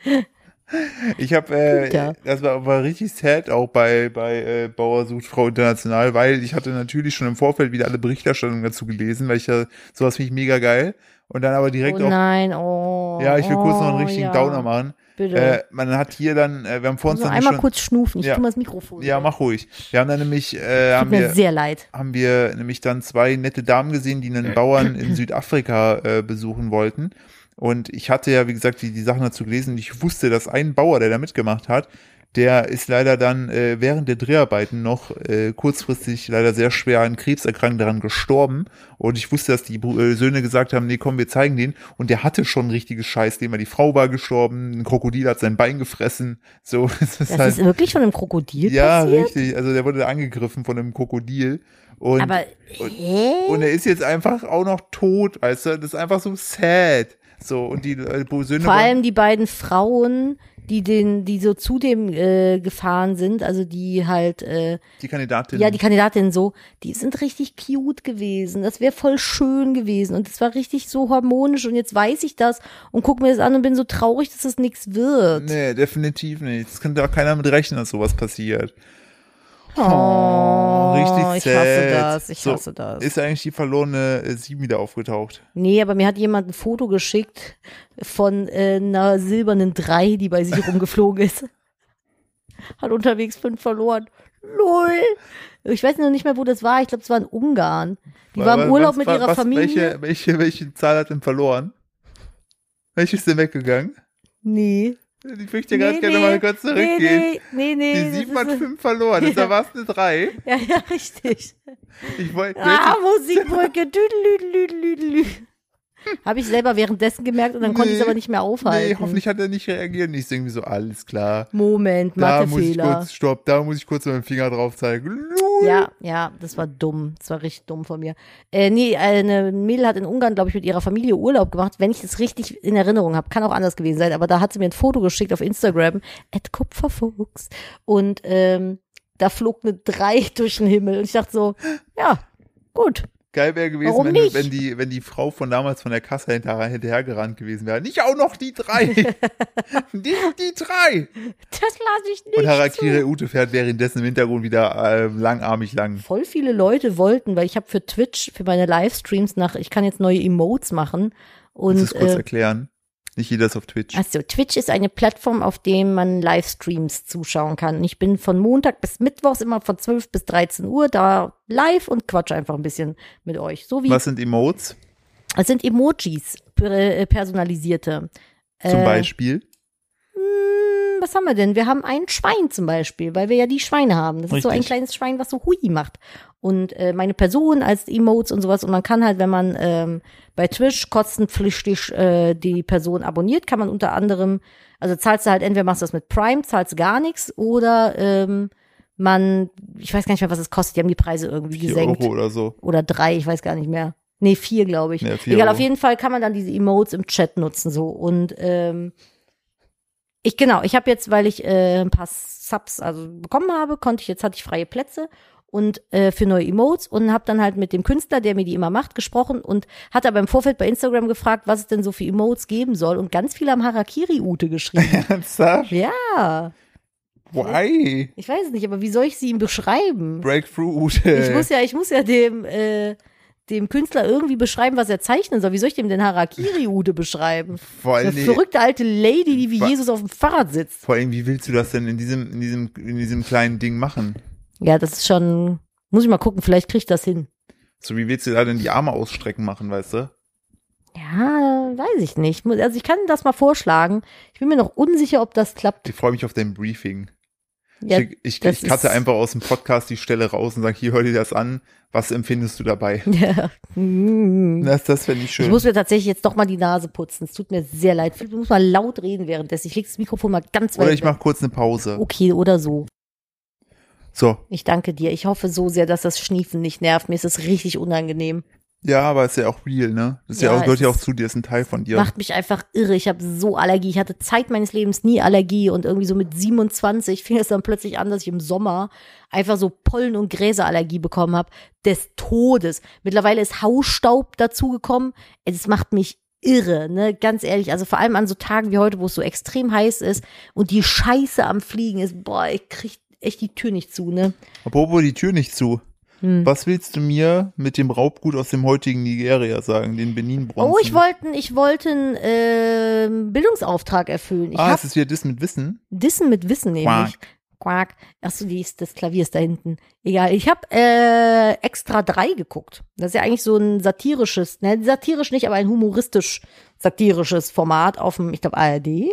Ich habe, äh,
Guter.
das war, war richtig sad auch bei bei äh, Bauer sucht Frau International, weil ich hatte natürlich schon im Vorfeld wieder alle Berichterstattungen dazu gelesen, weil ich ja sowas finde ich mega geil und dann aber direkt
oh
auch,
nein, oh.
ja, ich will kurz noch
oh,
einen richtigen
ja.
Downer machen.
Bitte.
Äh, man hat hier dann, äh, wir haben vor uns
Nur
dann
einmal
schon,
kurz schnufen. Ich
Ja.
tu mal das Mikrofon.
Ja, mach ruhig. Wir haben dann nämlich, äh,
Tut
haben
mir
wir,
sehr leid.
haben wir nämlich dann zwei nette Damen gesehen, die einen Bauern in Südafrika äh, besuchen wollten. Und ich hatte ja, wie gesagt, die, die Sachen dazu gelesen und ich wusste, dass ein Bauer, der da mitgemacht hat, der ist leider dann äh, während der Dreharbeiten noch äh, kurzfristig leider sehr schwer an Krebs erkrankt, daran gestorben. Und ich wusste, dass die Br- äh, Söhne gesagt haben, nee, komm, wir zeigen den. Und der hatte schon ein richtiges Scheißthema. Die Frau war gestorben, ein Krokodil hat sein Bein gefressen. So, es ist halt
Das ist wirklich von einem Krokodil
ja,
passiert?
richtig. Also der wurde da angegriffen von einem Krokodil. Und,
Aber,
und,
hä?
und er ist jetzt einfach auch noch tot, weißt du? Das ist einfach so sad. So, und die äh, Bo- Söhne
Vor
wollen-
allem die beiden Frauen, die den, die so zu dem äh, gefahren sind, also die halt, äh,
die Kandidatin.
ja, die Kandidatin so, die sind richtig cute gewesen. Das wäre voll schön gewesen. Und es war richtig so harmonisch. Und jetzt weiß ich das und guck mir das an und bin so traurig, dass das nichts wird.
Nee, definitiv nicht. Es könnte auch keiner mit rechnen, dass sowas passiert.
Oh,
Richtig
ich hasse
sad.
das, ich
So,
hasse das.
Ist eigentlich die verlorene äh, Sieben wieder aufgetaucht.
Nee, aber mir hat jemand ein Foto geschickt von äh, einer silbernen Drei, die bei sich rumgeflogen ist. Hat unterwegs fünf verloren. Lol. Ich weiß noch nicht mehr, wo das war. Ich glaube, es war in Ungarn. Die war
Wa-
im
wa-
Urlaub
was-
mit
wa-
ihrer
was,
Familie.
Welche, welche, welche Zahl hat denn verloren? Welche ist denn weggegangen?
Nee.
Ich möchte ja
nee,
ganz gerne
nee,
mal kurz zurückgehen.
Nee, nee, nee. nee
Die Sieben
das
hat
ist,
fünf verloren.
Ja.
Da war es eine Drei.
ja, ja, richtig.
Ich wollte.
Ah, Musikbrücke. Düdelüdelüdelüdelü. Habe ich selber währenddessen gemerkt und dann konnte ich es
Nee,
aber nicht mehr aufhalten.
nee, hoffentlich hat er nicht reagiert. Und ich irgendwie so, alles klar.
Moment,
Da muss ich
Mathefehler.
kurz, stopp, da muss ich kurz mit dem Finger drauf zeigen. Lul.
Ja, ja, das war dumm. Das war richtig dumm von mir. Äh, nee, eine Mädel hat in Ungarn, glaube ich, mit ihrer Familie Urlaub gemacht, wenn ich das richtig in Erinnerung habe. Kann auch anders gewesen sein, aber da hat sie mir ein Foto geschickt auf Instagram, at Kupferfuchs. Und ähm, da flog eine 3 durch den Himmel. Und ich dachte so, ja, gut.
Geil wäre gewesen,
Warum
wenn, du-
nicht?
wenn, die, wenn die Frau von damals von der Kasse hinterher, hinterhergerannt gewesen wäre. Nicht auch noch die drei. die, die drei.
Das lasse ich nicht.
Und
zu.
Harakiri Ute fährt währenddessen im Hintergrund wieder äh, langarmig lang.
voll viele Leute wollten, weil ich habe für Twitch, für meine Livestreams nach, ich kann jetzt neue Emotes machen. Und,
Muss das kurz
äh,
erklären. Nicht jeder ist auf Twitch.
Achso, Twitch ist eine Plattform, auf dem man Livestreams zuschauen kann. Und ich bin von Montag bis Mittwochs immer von 12 bis 13 Uhr da live und quatsche einfach ein bisschen mit euch. So wie
Was sind Emotes
es sind Emojis, per- äh, personalisierte.
zum
Äh,
Beispiel?
Hm, Was haben wir denn? Wir haben ein Schwein zum Beispiel, weil wir ja die Schweine haben. Das ist so ein
Richtig.
kleines Schwein, was so hui macht. Und äh, meine Person als Emotes und sowas. Und man kann halt, wenn man ähm, bei Twitch kostenpflichtig äh, die Person abonniert, kann man unter anderem, also zahlst du halt, entweder machst du das mit Prime, zahlst gar nichts oder ähm, man, ich weiß gar nicht mehr, was es kostet, die haben die Preise irgendwie
Vier
gesenkt.
Euro oder so.
Oder drei, ich weiß gar nicht mehr. Nee, vier, glaube ich.
Ja, vier
Egal,
Euro.
auf jeden Fall kann man dann diese Emotes im Chat nutzen so. Und ähm, ich genau, ich habe jetzt, weil ich äh, ein paar Subs also bekommen habe, konnte ich jetzt hatte ich freie Plätze und äh, für neue Emotes und habe dann halt mit dem Künstler, der mir die immer macht, gesprochen und hatte aber im Vorfeld bei Instagram gefragt, was es denn so für Emotes geben soll und ganz viele haben Harakiri Ute geschrieben.
Ernsthaft?
ja,
Why?
ich weiß nicht, aber wie soll ich sie ihm beschreiben?
Breakthrough Ute.
Ich muss ja, ich muss ja dem, äh, dem Künstler irgendwie beschreiben, was er zeichnen soll. Wie soll ich dem den Harakiri-Ude beschreiben?
Vor
Eine
allen Dingen-
verrückte alte Lady, die wie
Wa-
Jesus auf dem Fahrrad sitzt.
Vor allem, wie willst du das denn in diesem, in diesem, in diesem kleinen Ding machen?
Ja, das ist schon. Muss ich mal gucken, vielleicht krieg ich das hin.
So, wie willst du da denn die Arme ausstrecken machen, weißt du?
Ja, weiß ich nicht. Muss- Also ich kann das mal vorschlagen. Ich bin mir noch unsicher, ob das klappt.
Ich freue mich auf dein Briefing.
Ja,
ich ich,
das
ich cutte
ist-
einfach aus dem Podcast die Stelle raus und sage, hier, hör dir das an. Was empfindest du dabei?
ja. Hm.
Das, das fände ich schön.
Ich muss mir tatsächlich jetzt doch mal die Nase putzen. Es tut mir sehr leid. Ich muss mal laut reden währenddessen. Ich leg das Mikrofon mal Oh. ganz weit
Oder ich
weg.
mache kurz eine Pause.
Okay, oder so.
So.
Ich danke dir. Ich hoffe so sehr, dass das Schniefen nicht nervt. Mir ist es richtig unangenehm.
Ja, aber ist ja auch real, ne? Das ist ja,
Ja,
auch, gehört
es
ja auch
ist-
zu dir, ist ein Teil von dir.
Macht mich einfach irre. Ich habe so Allergie. Ich hatte Zeit meines Lebens nie Allergie und irgendwie so mit 27 fing es dann plötzlich an, dass ich im Sommer einfach so Pollen- und Gräserallergie bekommen habe. Des Todes. Mittlerweile ist Hausstaub dazugekommen. Es macht mich irre, ne? Ganz ehrlich. Also vor allem an so Tagen wie heute, wo es so extrem heiß ist und die Scheiße am Fliegen ist. Boah, ich krieg echt die Tür nicht zu, ne?
Apropos die Tür nicht zu.
Hm.
Was willst du mir mit dem Raubgut aus dem heutigen Nigeria sagen, den benin
Oh, ich wollte, ich wollte einen ähm, Bildungsauftrag erfüllen. Ich
Ah,
hab
es ist wieder das mit Wissen.
Dissen mit Wissen nämlich.
Quack.
Quark. Achso, die ist, das Klavier ist da hinten. Egal. Ich habe äh, Extra 3 geguckt. Das ist ja eigentlich so ein satirisches, ne, satirisch nicht, aber ein humoristisch satirisches Format auf dem, ich glaube, ARD,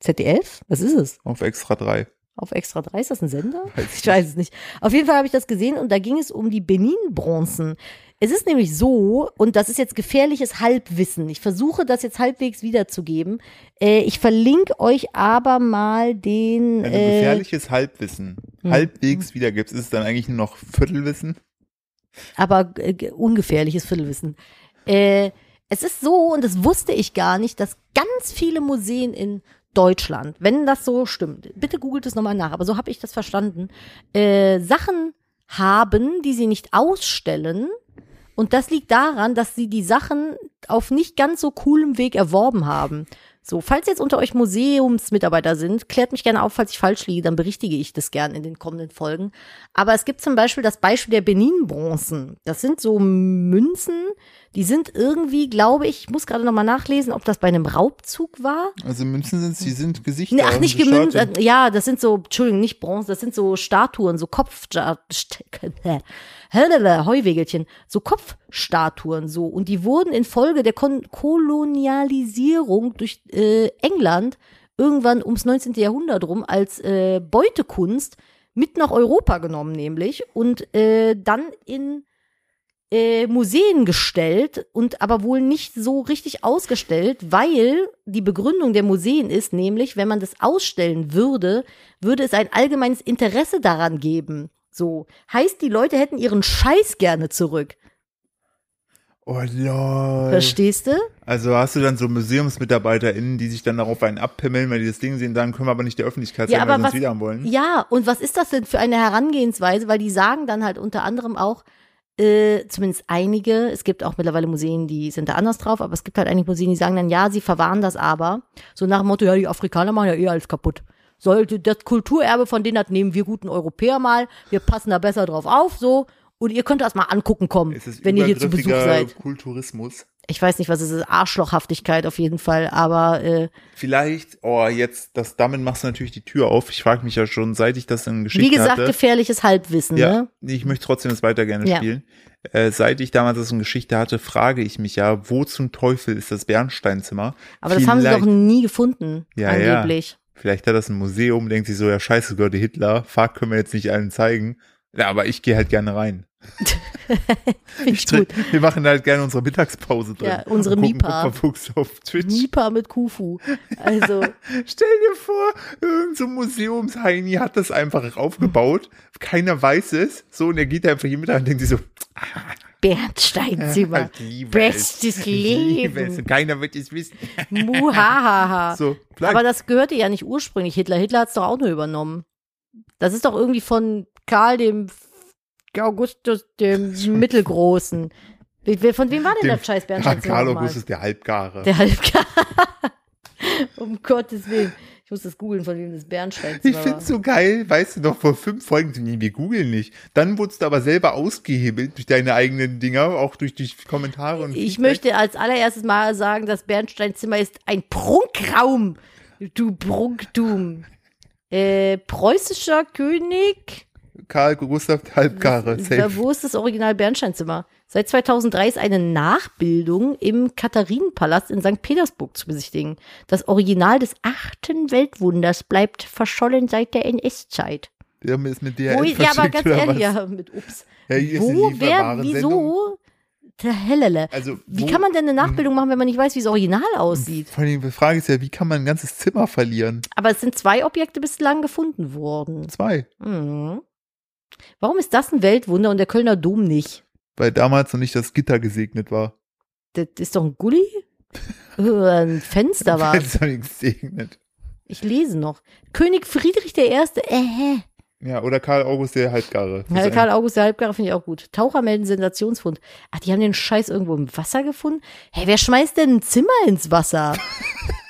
ZDF. Was ist es?
Auf extra drei.
Auf Extra 3 ist das ein Sender?
Weiß
Ich weiß es nicht. Auf jeden Fall habe ich das gesehen und da ging es um die Benin-Bronzen. Es ist nämlich so, und das ist jetzt gefährliches Halbwissen. Ich versuche das jetzt halbwegs wiederzugeben. Äh, ich verlinke euch aber mal den.
Wenn du
Äh,
gefährliches Halbwissen
Hm.
halbwegs wiedergibst, ist es dann eigentlich nur noch Viertelwissen?
aber äh, ge- ungefährliches Viertelwissen. Äh, Es ist so, und das wusste ich gar nicht, dass ganz viele Museen in Deutschland, wenn das so stimmt, bitte googelt es nochmal nach, aber so habe ich das verstanden, äh, Sachen haben, die sie nicht ausstellen. Und das liegt daran, dass sie die Sachen auf nicht ganz so coolem Weg erworben haben. So, falls jetzt unter euch Museumsmitarbeiter sind, klärt mich gerne auf, falls ich falsch liege, dann berichtige ich das gern in den kommenden Folgen. Aber es gibt zum Beispiel das Beispiel der Benin-Bronzen. Das sind so Münzen, die sind irgendwie, glaube ich, ich muss gerade nochmal nachlesen, ob das bei einem Raubzug war.
Also Münzen sind sie sind Gesichter. Also
Nee, ach, nicht
Statuen.
gemünzt, äh, ja, das sind so, Entschuldigung, nicht Bronze, das sind so Statuen, so Kopf, Heuwegelchen, so Kopfstatuen, so. Und die wurden infolge der Kon Kolonialisierung durch äh, England irgendwann ums 19. Jahrhundert rum als äh, Beutekunst mit nach Europa genommen, nämlich, und äh, dann in äh, Museen gestellt und aber wohl nicht so richtig ausgestellt, weil die Begründung der Museen ist nämlich, wenn man das ausstellen würde, würde es ein allgemeines Interesse daran geben. So heißt, die Leute hätten ihren Scheiß gerne zurück.
Oh lol.
Verstehst du?
Also hast du dann so MuseumsmitarbeiterInnen, die sich dann darauf einen abpimmeln, wenn die das Ding sehen, sagen, können wir aber nicht der Öffentlichkeit
Ja,
zeigen, weil
aber
wir uns
was,
wieder haben wollen.
ja, und was ist das denn für eine Herangehensweise? Weil die sagen dann halt unter anderem auch, äh, zumindest einige, es gibt auch mittlerweile Museen, die sind da anders drauf, aber es gibt halt einige Museen, die sagen dann, ja, sie verwahren das aber. So nach dem Motto, ja, die Afrikaner machen ja eh alles kaputt. Sollte das Kulturerbe von denen hat, nehmen wir guten Europäer mal, wir passen da besser drauf auf, so. Und ihr könnt das mal angucken kommen,
Es ist
wenn ihr hier zu Besuch
übergriffiger
seid.
Kulturismus.
Ich weiß nicht, was es ist, Arschlochhaftigkeit auf jeden Fall, aber äh,
Vielleicht, oh, jetzt, das, damit machst du natürlich die Tür auf. Ich frage mich ja schon, seit ich das in Geschichten
wie gesagt,
hatte.
gefährliches Halbwissen,
Ja,
ne?
nee, ich möchte trotzdem das weiter gerne
Ja.
spielen. Äh, seit ich damals das in Geschichte hatte, frage ich mich ja, wo zum Teufel ist das Bernsteinzimmer?
Aber das haben sie doch
Vielleicht-
nie gefunden,
Ja, ja.
angeblich.
Vielleicht hat das ein Museum, denkt sich so, ja scheiße, gehörte Hitler, fuck, können wir jetzt nicht allen zeigen. Ja, aber ich gehe halt gerne rein.
Finde ich gut.
Wir machen halt gerne unsere Mittagspause drin.
Ja, unsere
Und gucken
Mipa.
Papa Fuchs auf Twitch.
Nipa mit Kufu. Also,
Stell dir vor, irgendein so Museumsheini hat das einfach aufgebaut. Keiner weiß es. So, und er geht da einfach hier mit rein und denkt sich so, halt
Bernsteinzimmer.
ich liebe
Bestes
es. Ich liebe
Leben.
es. Also Keiner wird es wissen.
Muhahaha.
So, vielleicht.
Aber das gehörte ja nicht ursprünglich Hitler. Hitler hat es doch auch nur übernommen. Das ist doch irgendwie von Karl dem F- Augustus dem Mittelgroßen. Wer- wer- Von wem war denn
Dem-
das scheiß
Ja,
Bernsteinzimmer?
Karl
nochmal?
August ist der Halbgare.
Der Halbkar. um Gottes Willen. Ich muss das googeln, von wem das
ich
Bernsteinzimmer war.
find's so geil, weißt du noch, vor fünf Folgen, nee, wir googeln nicht. Dann wurdest du aber selber ausgehebelt durch deine eigenen Dinger, auch durch die Kommentare und
Ich
Feedback.
möchte als allererstes mal sagen, das Bernsteinzimmer ist ein Prunkraum. Du Prunktum. Äh, preußischer König.
Karl Gustav der Halbgare,
Da,
safe.
wo ist das Original Bernsteinzimmer? Seit 2003 ist eine Nachbildung im Katharinenpalast in St. Petersburg zu besichtigen. Das Original des achten Weltwunders bleibt verschollen seit der NS-Zeit.
Der ist mit
Wo-
DHL
Ja, aber
verschickt,
ganz
oder
ehrlich,
was?
ja, mit Ups.
Ja, hier ist eine
Wo, wer,
lieferbare Sendung.
wieso? Der Hellele.
Also,
Wie
wo-
kann man denn eine Nachbildung machen, wenn man nicht weiß, wie das Original aussieht?
Vor allem, die Frage ist ja, wie kann man ein ganzes Zimmer verlieren?
Aber es sind zwei Objekte bislang gefunden worden.
Zwei.
Mhm. Warum ist das ein Weltwunder und der Kölner Dom nicht?
Weil damals noch nicht das Gitter gesegnet war.
Das ist doch ein Gully? Äh, ein Fenster war
Weil es noch nichts gesegnet.
Ich lese noch. König Friedrich I. Äh,
Ja, oder Karl August der Halbgare. Das
Ja,
ist
Karl August der Halbgare finde ich auch gut. Taucher melden Sensationsfund. Ach, die haben den Scheiß irgendwo im Wasser gefunden? Hey, wer schmeißt denn ein Zimmer ins Wasser?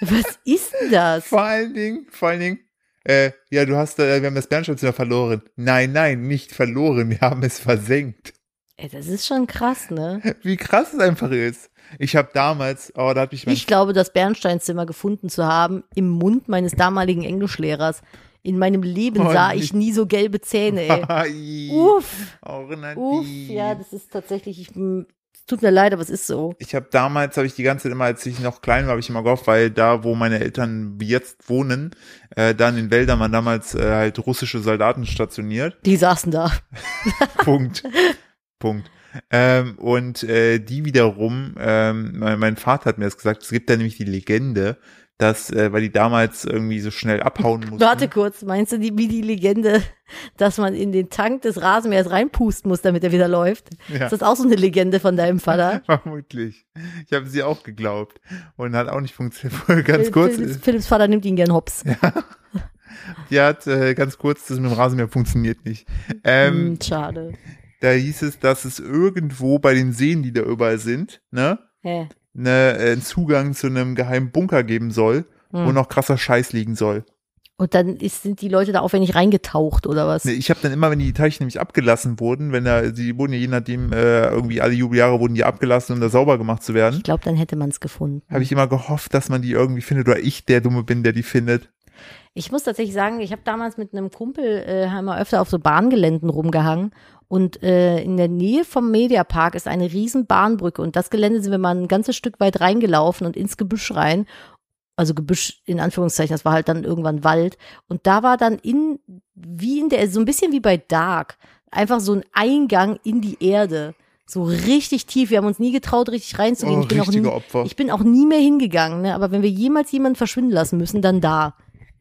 Was ist denn das?
Vor allen Dingen, vor allen Dingen, äh, ja, du hast, äh, wir haben das Bernsteinzimmer verloren. Nein, nein, nicht verloren, wir haben es versenkt.
Ey, das ist schon krass, ne?
Wie krass es einfach ist. Ich habe damals, oh, da hat mich mein,
Ich glaube, das Bernsteinzimmer gefunden zu haben im Mund meines damaligen Englischlehrers. In meinem Leben
Oh,
sah
nicht.
ich nie so gelbe Zähne, ey.
Ai,
Uff,
auch in der
uff,
Die.
ja, das ist tatsächlich, ich, m, es tut mir leid, aber es ist so.
ich habe damals, habe ich die ganze Zeit immer, als ich noch klein war, habe ich immer gehofft, weil da, wo meine Eltern jetzt wohnen, äh, da in den Wäldern waren damals äh, halt russische Soldaten stationiert.
Die saßen da.
Punkt. Punkt. Ähm, und äh, die wiederum, ähm, mein, mein Vater hat mir das gesagt, es gibt da nämlich die Legende, dass, äh, weil die damals irgendwie so schnell abhauen mussten.
Warte kurz, meinst du die, wie die Legende, dass man in den Tank des Rasenmähers reinpusten muss, damit er wieder läuft?
Ja.
Ist das auch so eine Legende von deinem Vater?
Vermutlich. Ich habe sie auch geglaubt und hat auch nicht funktioniert. Ganz kurz,
Philipps, Philipps Vater nimmt ihn gern hops.
die hat äh, ganz kurz, das mit dem Rasenmäher funktioniert nicht. Ähm,
Hm, schade.
Da hieß es, dass es irgendwo bei den Seen, die da überall sind, ne,
Hä?
ne, äh, einen Zugang zu einem geheimen Bunker geben soll, wo
Hm.
noch krasser Scheiß liegen soll.
Und dann ist, sind die Leute da aufwendig reingetaucht oder was?
Ne, Ich habe dann immer, wenn die Teilchen nämlich abgelassen wurden, wenn da, die wurden ja je nachdem, äh, irgendwie alle Jubeljahre wurden die abgelassen, um da sauber gemacht zu werden,
Ich glaube, dann hätte man es gefunden.
habe ich immer gehofft, dass man die irgendwie findet oder ich der Dumme bin, der die findet.
Ich muss tatsächlich sagen, ich habe damals mit einem Kumpel, äh, haben wir öfter auf so Bahngeländen rumgehangen. Und äh, in der Nähe vom Mediapark ist eine riesen Bahnbrücke. Und das Gelände sind wir mal ein ganzes Stück weit reingelaufen und ins Gebüsch rein. Also Gebüsch in Anführungszeichen, das war halt dann irgendwann Wald. Und da war dann in, wie in der, so ein bisschen wie bei Dark, einfach so ein Eingang in die Erde. So richtig tief. Wir haben uns nie getraut, richtig reinzugehen.
Oh,
ich, bin auch nie,
richtige Opfer.
ich bin auch nie mehr hingegangen. Ne? Aber wenn wir jemals jemanden verschwinden lassen müssen, dann da.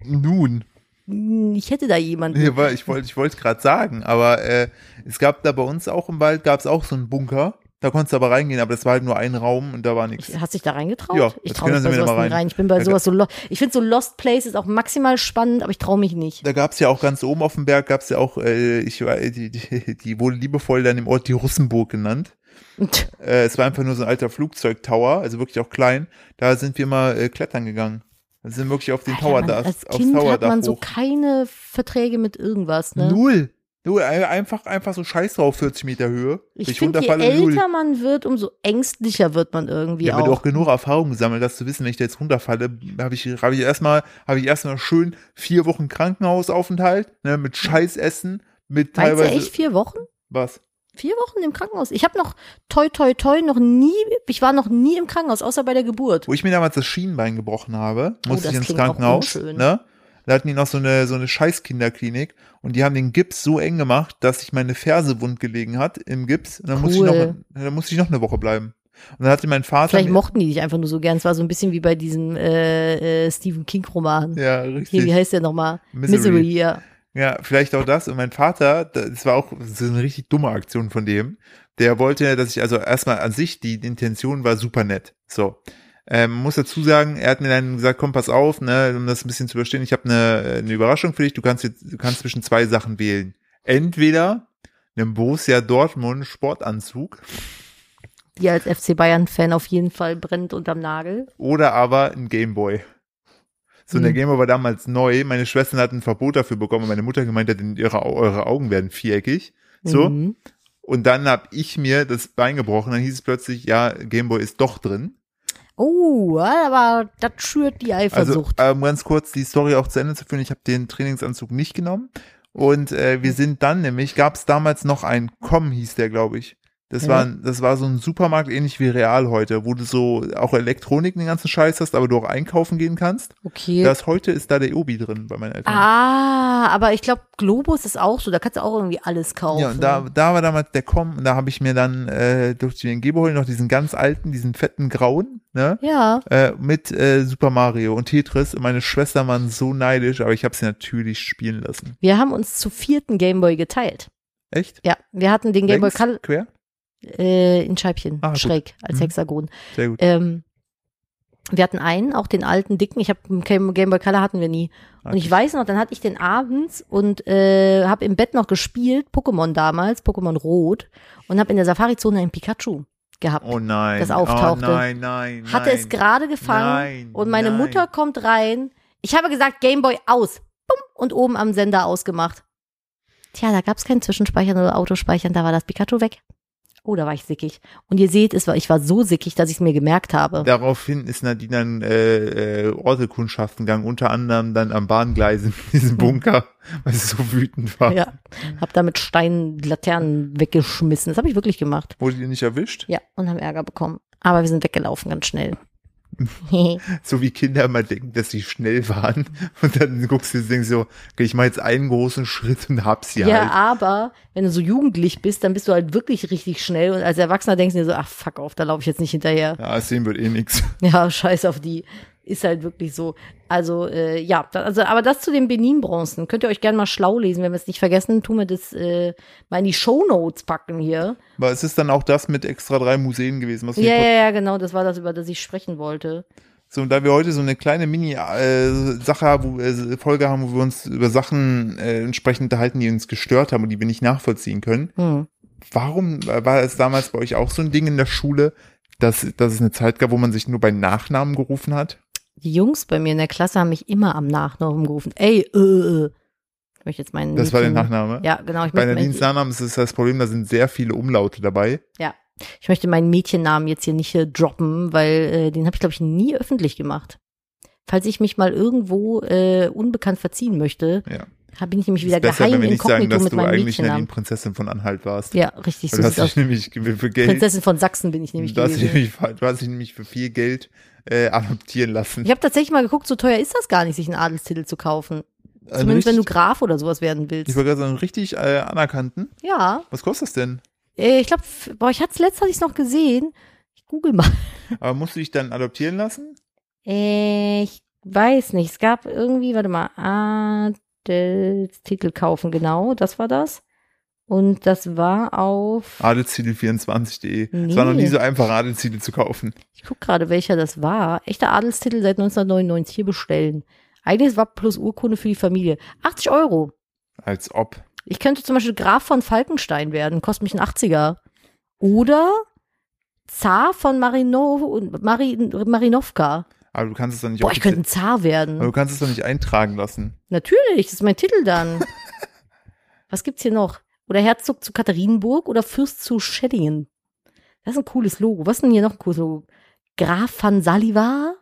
Nun.
Hm, ich hätte da jemanden.
Ja, weil ich wollte ich wollte gerade sagen, aber äh, es gab da bei uns auch im Wald, gab es auch so einen Bunker. Da konntest du aber reingehen, aber das war halt nur ein Raum und da war nichts.
Ich, hast dich da reingetraut?
Ja,
ich
als
traue
Kinder
mich bei
sind wir
sowas
da mal
nicht
rein.
rein. Ich bin bei
Ja,
sowas so lo Ich finde so Lost Places auch maximal spannend, aber ich traue mich nicht.
Da gab es ja auch ganz oben auf dem Berg, gab es ja auch, äh, ich, war- die, die, die wurde liebevoll dann im Ort die Russenburg genannt. Äh, es war einfach nur so ein alter Flugzeugtower, also wirklich auch klein. Da sind wir mal äh, klettern gegangen. Da sind wir wirklich auf den
Alter,
Tower
man,
da,
als
aufs
Kind
Tower
hat
da
man so
hoch.
keine Verträge mit irgendwas. Ne?
Null. Null, ein- einfach, einfach so scheiß drauf, 40 Meter Höhe.
ich finde, je älter man wird, umso ängstlicher wird man irgendwie
Ja, aber du auch
auch.
genug Erfahrung gesammelt, dass du wissen, wenn ich da jetzt runterfalle, habe ich, hab ich erstmal, habe ich erstmal schön vier Wochen Krankenhausaufenthalt, ne, mit Scheißessen, mit
Mhm. Meinst du
teilweise.
echt vier Wochen?
Was?
Vier Wochen im Krankenhaus. Ich habe noch toi toi toi noch nie, ich war noch nie im Krankenhaus, außer bei der Geburt.
Wo ich mir damals das Schienenbein gebrochen habe,
Oh,
musste
das
ich ins
klingt auch
Krankenhaus.
unschön.
Ne? Da hatten die noch so eine, so eine Scheißkinderklinik und die haben den Gips so eng gemacht, dass sich meine Ferse wund gelegen hat im Gips. Und dann musste ich noch,
Cool.
dann musste ich noch eine Woche bleiben. Und dann hatte mein Vater.
Vielleicht
mir,
mochten die dich einfach nur so gern. Es war so ein bisschen wie bei diesem äh, äh, Stephen King-Roman.
ja,
Hier,
richtig.
wie heißt der nochmal?
Misery.
Misery, ja.
Ja, vielleicht auch das. Und mein Vater, das war auch das ist eine richtig dumme Aktion von dem. Der wollte, dass ich also erstmal an sich, die Intention war super nett. So. Ähm, muss dazu sagen, er hat mir dann gesagt, komm, pass auf, ne, um das ein bisschen zu verstehen, ich habe eine, eine Überraschung für dich. Du kannst jetzt, du kannst zwischen zwei Sachen wählen. Entweder einen Borussia Dortmund Sportanzug
die als FC Bayern-Fan auf jeden Fall brennt unterm Nagel.
oder aber ein Gameboy. So, und der
Hm.
Gameboy war damals neu. Meine Schwestern hatten ein Verbot dafür bekommen. und Meine Mutter gemeint hat, ihre, eure Augen werden viereckig. So.
Mhm.
Und dann hab ich mir das Bein gebrochen. Dann hieß es plötzlich, ja, Gameboy ist doch drin.
Oh, aber das schürt die Eifersucht.
Also ähm, ganz kurz die Story auch zu Ende zu führen. Ich habe den Trainingsanzug nicht genommen. Und äh,
Mhm.
wir sind dann nämlich, gab es damals noch ein Com, hieß der, glaube ich. Das,
Ja.
war, ein- das war so ein Supermarkt, ähnlich wie Real heute, wo du so auch Elektronik den ganzen Scheiß hast, aber du auch einkaufen gehen kannst.
okay.
äh, Das heute ist da der Obi drin bei meinen Eltern.
ah, aber ich glaube, Globus ist auch so. Da kannst du auch irgendwie alles kaufen.
Ja, und da, da war damals der Com und da habe ich mir dann, äh, durfte ich mir den Gameboy holen, noch diesen ganz alten, diesen fetten grauen, ne?
ja.
äh, mit äh, Super Mario und Tetris. Und meine Schwestern waren so neidisch, aber ich habe sie natürlich spielen lassen.
Wir haben uns zu vierten Gameboy geteilt.
Echt?
Ja, wir hatten den Gameboy
Längs?
Color
Quer?
äh, in Scheibchen,
Ah, gut.
schräg, als
Mhm.
Hexagon.
Sehr gut.
Ähm, wir hatten einen, auch den alten, dicken. Ich habe Game, Game Boy Color hatten wir nie.
Ah,
Und ich weiß noch, dann hatte ich den abends und äh, habe im Bett noch gespielt, Pokémon damals, Pokémon Rot, und habe in der Safari-Zone einen Pikachu gehabt.
oh nein.
das auftauchte.
Oh nein, nein.
hatte
nein.
es gerade gefangen
Nein,
und meine
nein.
Mutter kommt rein. Ich habe gesagt, Gameboy aus. Bumm, und oben am Sender ausgemacht. Tja, da gab es kein Zwischenspeichern oder Autospeichern, da war das Pikachu weg. Oh, da war ich sickig. Und ihr seht, es war, ich war so sickig, dass ich es mir gemerkt habe.
Daraufhin ist Nadine dann äh, äh, Ortekundschaften gegangen, unter anderem dann am Bahngleis in diesem Bunker, weil sie so wütend war.
Mhm. Ja, hab da mit Steinen Laternen weggeschmissen. Das habe ich wirklich gemacht.
Wurde ihr nicht erwischt?
Ja, und haben Ärger bekommen. Aber wir sind weggelaufen ganz schnell.
So wie Kinder immer denken, dass sie schnell waren. Und dann guckst du und denkst so, okay, ich mache jetzt einen großen Schritt und hab sie
ja,
halt.
aber wenn du so jugendlich bist, dann bist du halt wirklich richtig schnell. Und als Erwachsener denkst du dir so, ach fuck auf, da laufe ich jetzt nicht hinterher.
Ja, sehen wird eh nix.
Ja, scheiß auf die. Ist halt wirklich so. Also, äh, ja, da- also, aber das zu den Benin-Bronzen. Könnt ihr euch gerne mal schlau lesen, wenn wir es nicht vergessen, tun wir das äh, mal in die Shownotes packen hier.
Aber es ist dann auch das mit extra drei Museen gewesen, was wir
Ja, ja, ja, genau, das war das, über das ich sprechen wollte.
So, und da wir heute so eine kleine Mini-Sache haben, wo, äh, Folge haben, wo wir uns über Sachen äh, entsprechend unterhalten, die uns gestört haben und die wir nicht nachvollziehen können,
Hm.
warum äh, war es damals bei euch auch so ein Ding in der Schule, dass, dass es eine Zeit gab, wo man sich nur bei Nachnamen gerufen hat?
Die Jungs bei mir in der Klasse haben mich immer am Nachnamen gerufen. Ey, äh, äh. Ich möchte jetzt meinen.
Das war der
Mädchen-
Nachname?
Ja, genau. Ich
Bei
möchte,
Nadines
meinen,
Nachnamen ist es das Problem, da sind sehr viele Umlaute dabei.
ich möchte meinen Mädchennamen jetzt hier nicht hier droppen, weil äh, den habe ich, glaube ich, nie öffentlich gemacht. Falls ich mich mal irgendwo äh, unbekannt verziehen möchte,
Ja.
hab- bin ich nämlich wieder
ist besser,
geheim
wenn wir nicht sagen,
inkognito
dass
mit
du
meinem
eigentlich Nadine Also
Mädchennamen.
Prinzessin von Anhalt warst.
Ja, richtig.
Weil
So
du hast dich
sieht's aus.
nämlich ge- für Geld,
Prinzessin von Sachsen bin ich nämlich
du hast, dich
gewesen.
nämlich, du hast dich nämlich für viel Geld äh, adoptieren lassen.
Ich habe tatsächlich mal geguckt, so teuer ist das gar nicht, sich einen Adelstitel zu kaufen.
Ein
Zumindest wenn du
Also richtig-
Graf oder sowas werden willst.
Ich wollte gerade sagen, richtig äh, anerkannten.
Ja,
Was kostet das denn?
Äh, ich glaube, boah, ich hatte letztes hatte ich es noch gesehen. Ich google mal.
Aber musst du dich dann adoptieren lassen?
Äh, Ich weiß nicht, es gab irgendwie, warte mal, Adelstitel kaufen, genau, das war das. Und das war
Ah.
auf,
Adelstitel24.de.
Nee.
Es war noch nie so einfach, Adelstitel zu kaufen.
ich guck gerade, welcher das war. Echter Adelstitel seit 1999 hier bestellen. Eigentlich war plus Urkunde für die Familie. 80 Euro.
Als ob.
Ich könnte zum Beispiel Graf von Falkenstein werden, kostet mich ein 80er. Oder Zar von Marino, und Marin, Marinowka.
Aber du kannst es dann nicht
Boah, ich könnte
offiziell-
ein Zar
aber
werden.
du kannst es doch nicht eintragen lassen.
Natürlich, das ist mein Titel dann. Was gibt's hier noch? Oder Herzog zu Katharinenburg oder Fürst zu Schädingen. Das ist ein cooles Logo. Was ist denn hier noch ein cooles Logo? Graf von Saliva?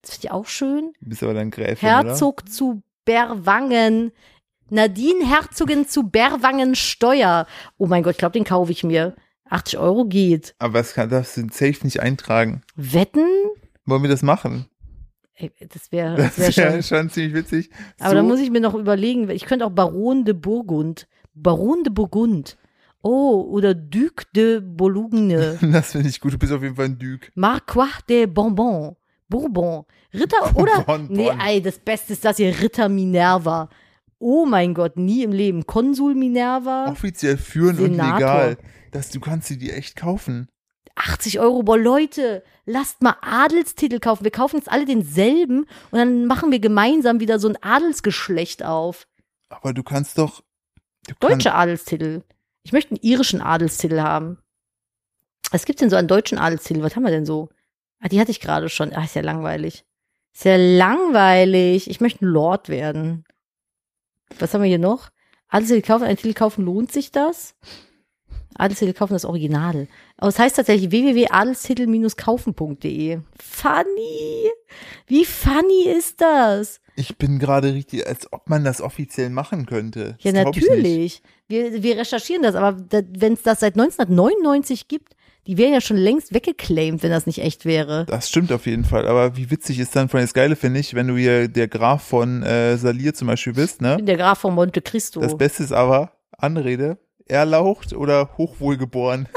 Das finde ich auch schön.
Du bist aber dann Gräfin,
Herzog zu Berwangen. Nadine Herzogin zu Berwangen Steuer. Oh mein Gott, ich glaube, den kaufe ich mir. 80 Euro geht.
oder? Aber das kann, darfst du safe nicht eintragen.
Wetten?
Wollen wir das machen?
Ey, Das wäre
Das
das wär
wäre
schon.
schon ziemlich witzig.
Aber
so,
da muss ich mir noch überlegen, ich könnte auch Baron de Burgund. Baron de Burgund. Oh, oder Duc de Boulogne.
das finde ich gut. Du bist auf jeden Fall ein Duke.
Marquis de Bonbon. Bourbon. Ritter oder.
Bonbon.
Nee, ey, das Beste ist das hier, Ritter Minerva. Oh mein Gott, nie im Leben. Konsul Minerva.
Offiziell führen und
Senator.
legal. Das, du kannst sie die echt kaufen.
80 Euro, boah, Leute, lasst mal Adelstitel kaufen. Wir kaufen jetzt alle denselben und dann machen wir gemeinsam wieder so ein Adelsgeschlecht auf.
Aber du kannst doch. Du
Deutsche Adelstitel. Ich möchte einen irischen Adelstitel haben. Was gibt's denn so an deutschen Adelstitel? Was haben wir denn so? Ah, die hatte ich gerade schon. Ah, ist ja langweilig. Ist ja langweilig. Ich möchte ein Lord werden. Was haben wir hier noch? Adelstitel kaufen, einen Titel kaufen, lohnt sich das? Adelstitel kaufen, das Original. Aber es heißt tatsächlich www.adelstitel-kaufen.de. Funny! Wie funny ist das?
Ich bin gerade richtig, als ob man das offiziell machen könnte.
Ja,
Das glaub ich nicht.
natürlich. Wir, wir recherchieren das, aber wenn es das seit 1999 gibt, die wären ja schon längst weggeclaimed, wenn das nicht echt wäre.
Das stimmt auf jeden Fall. Aber wie witzig ist dann von das Geile, finde ich, wenn du hier der Graf von äh, Salir zum Beispiel bist,
Ich
ne?
bin der Graf von Monte Cristo.
Das Beste ist aber, Anrede, erlaucht oder hochwohlgeboren.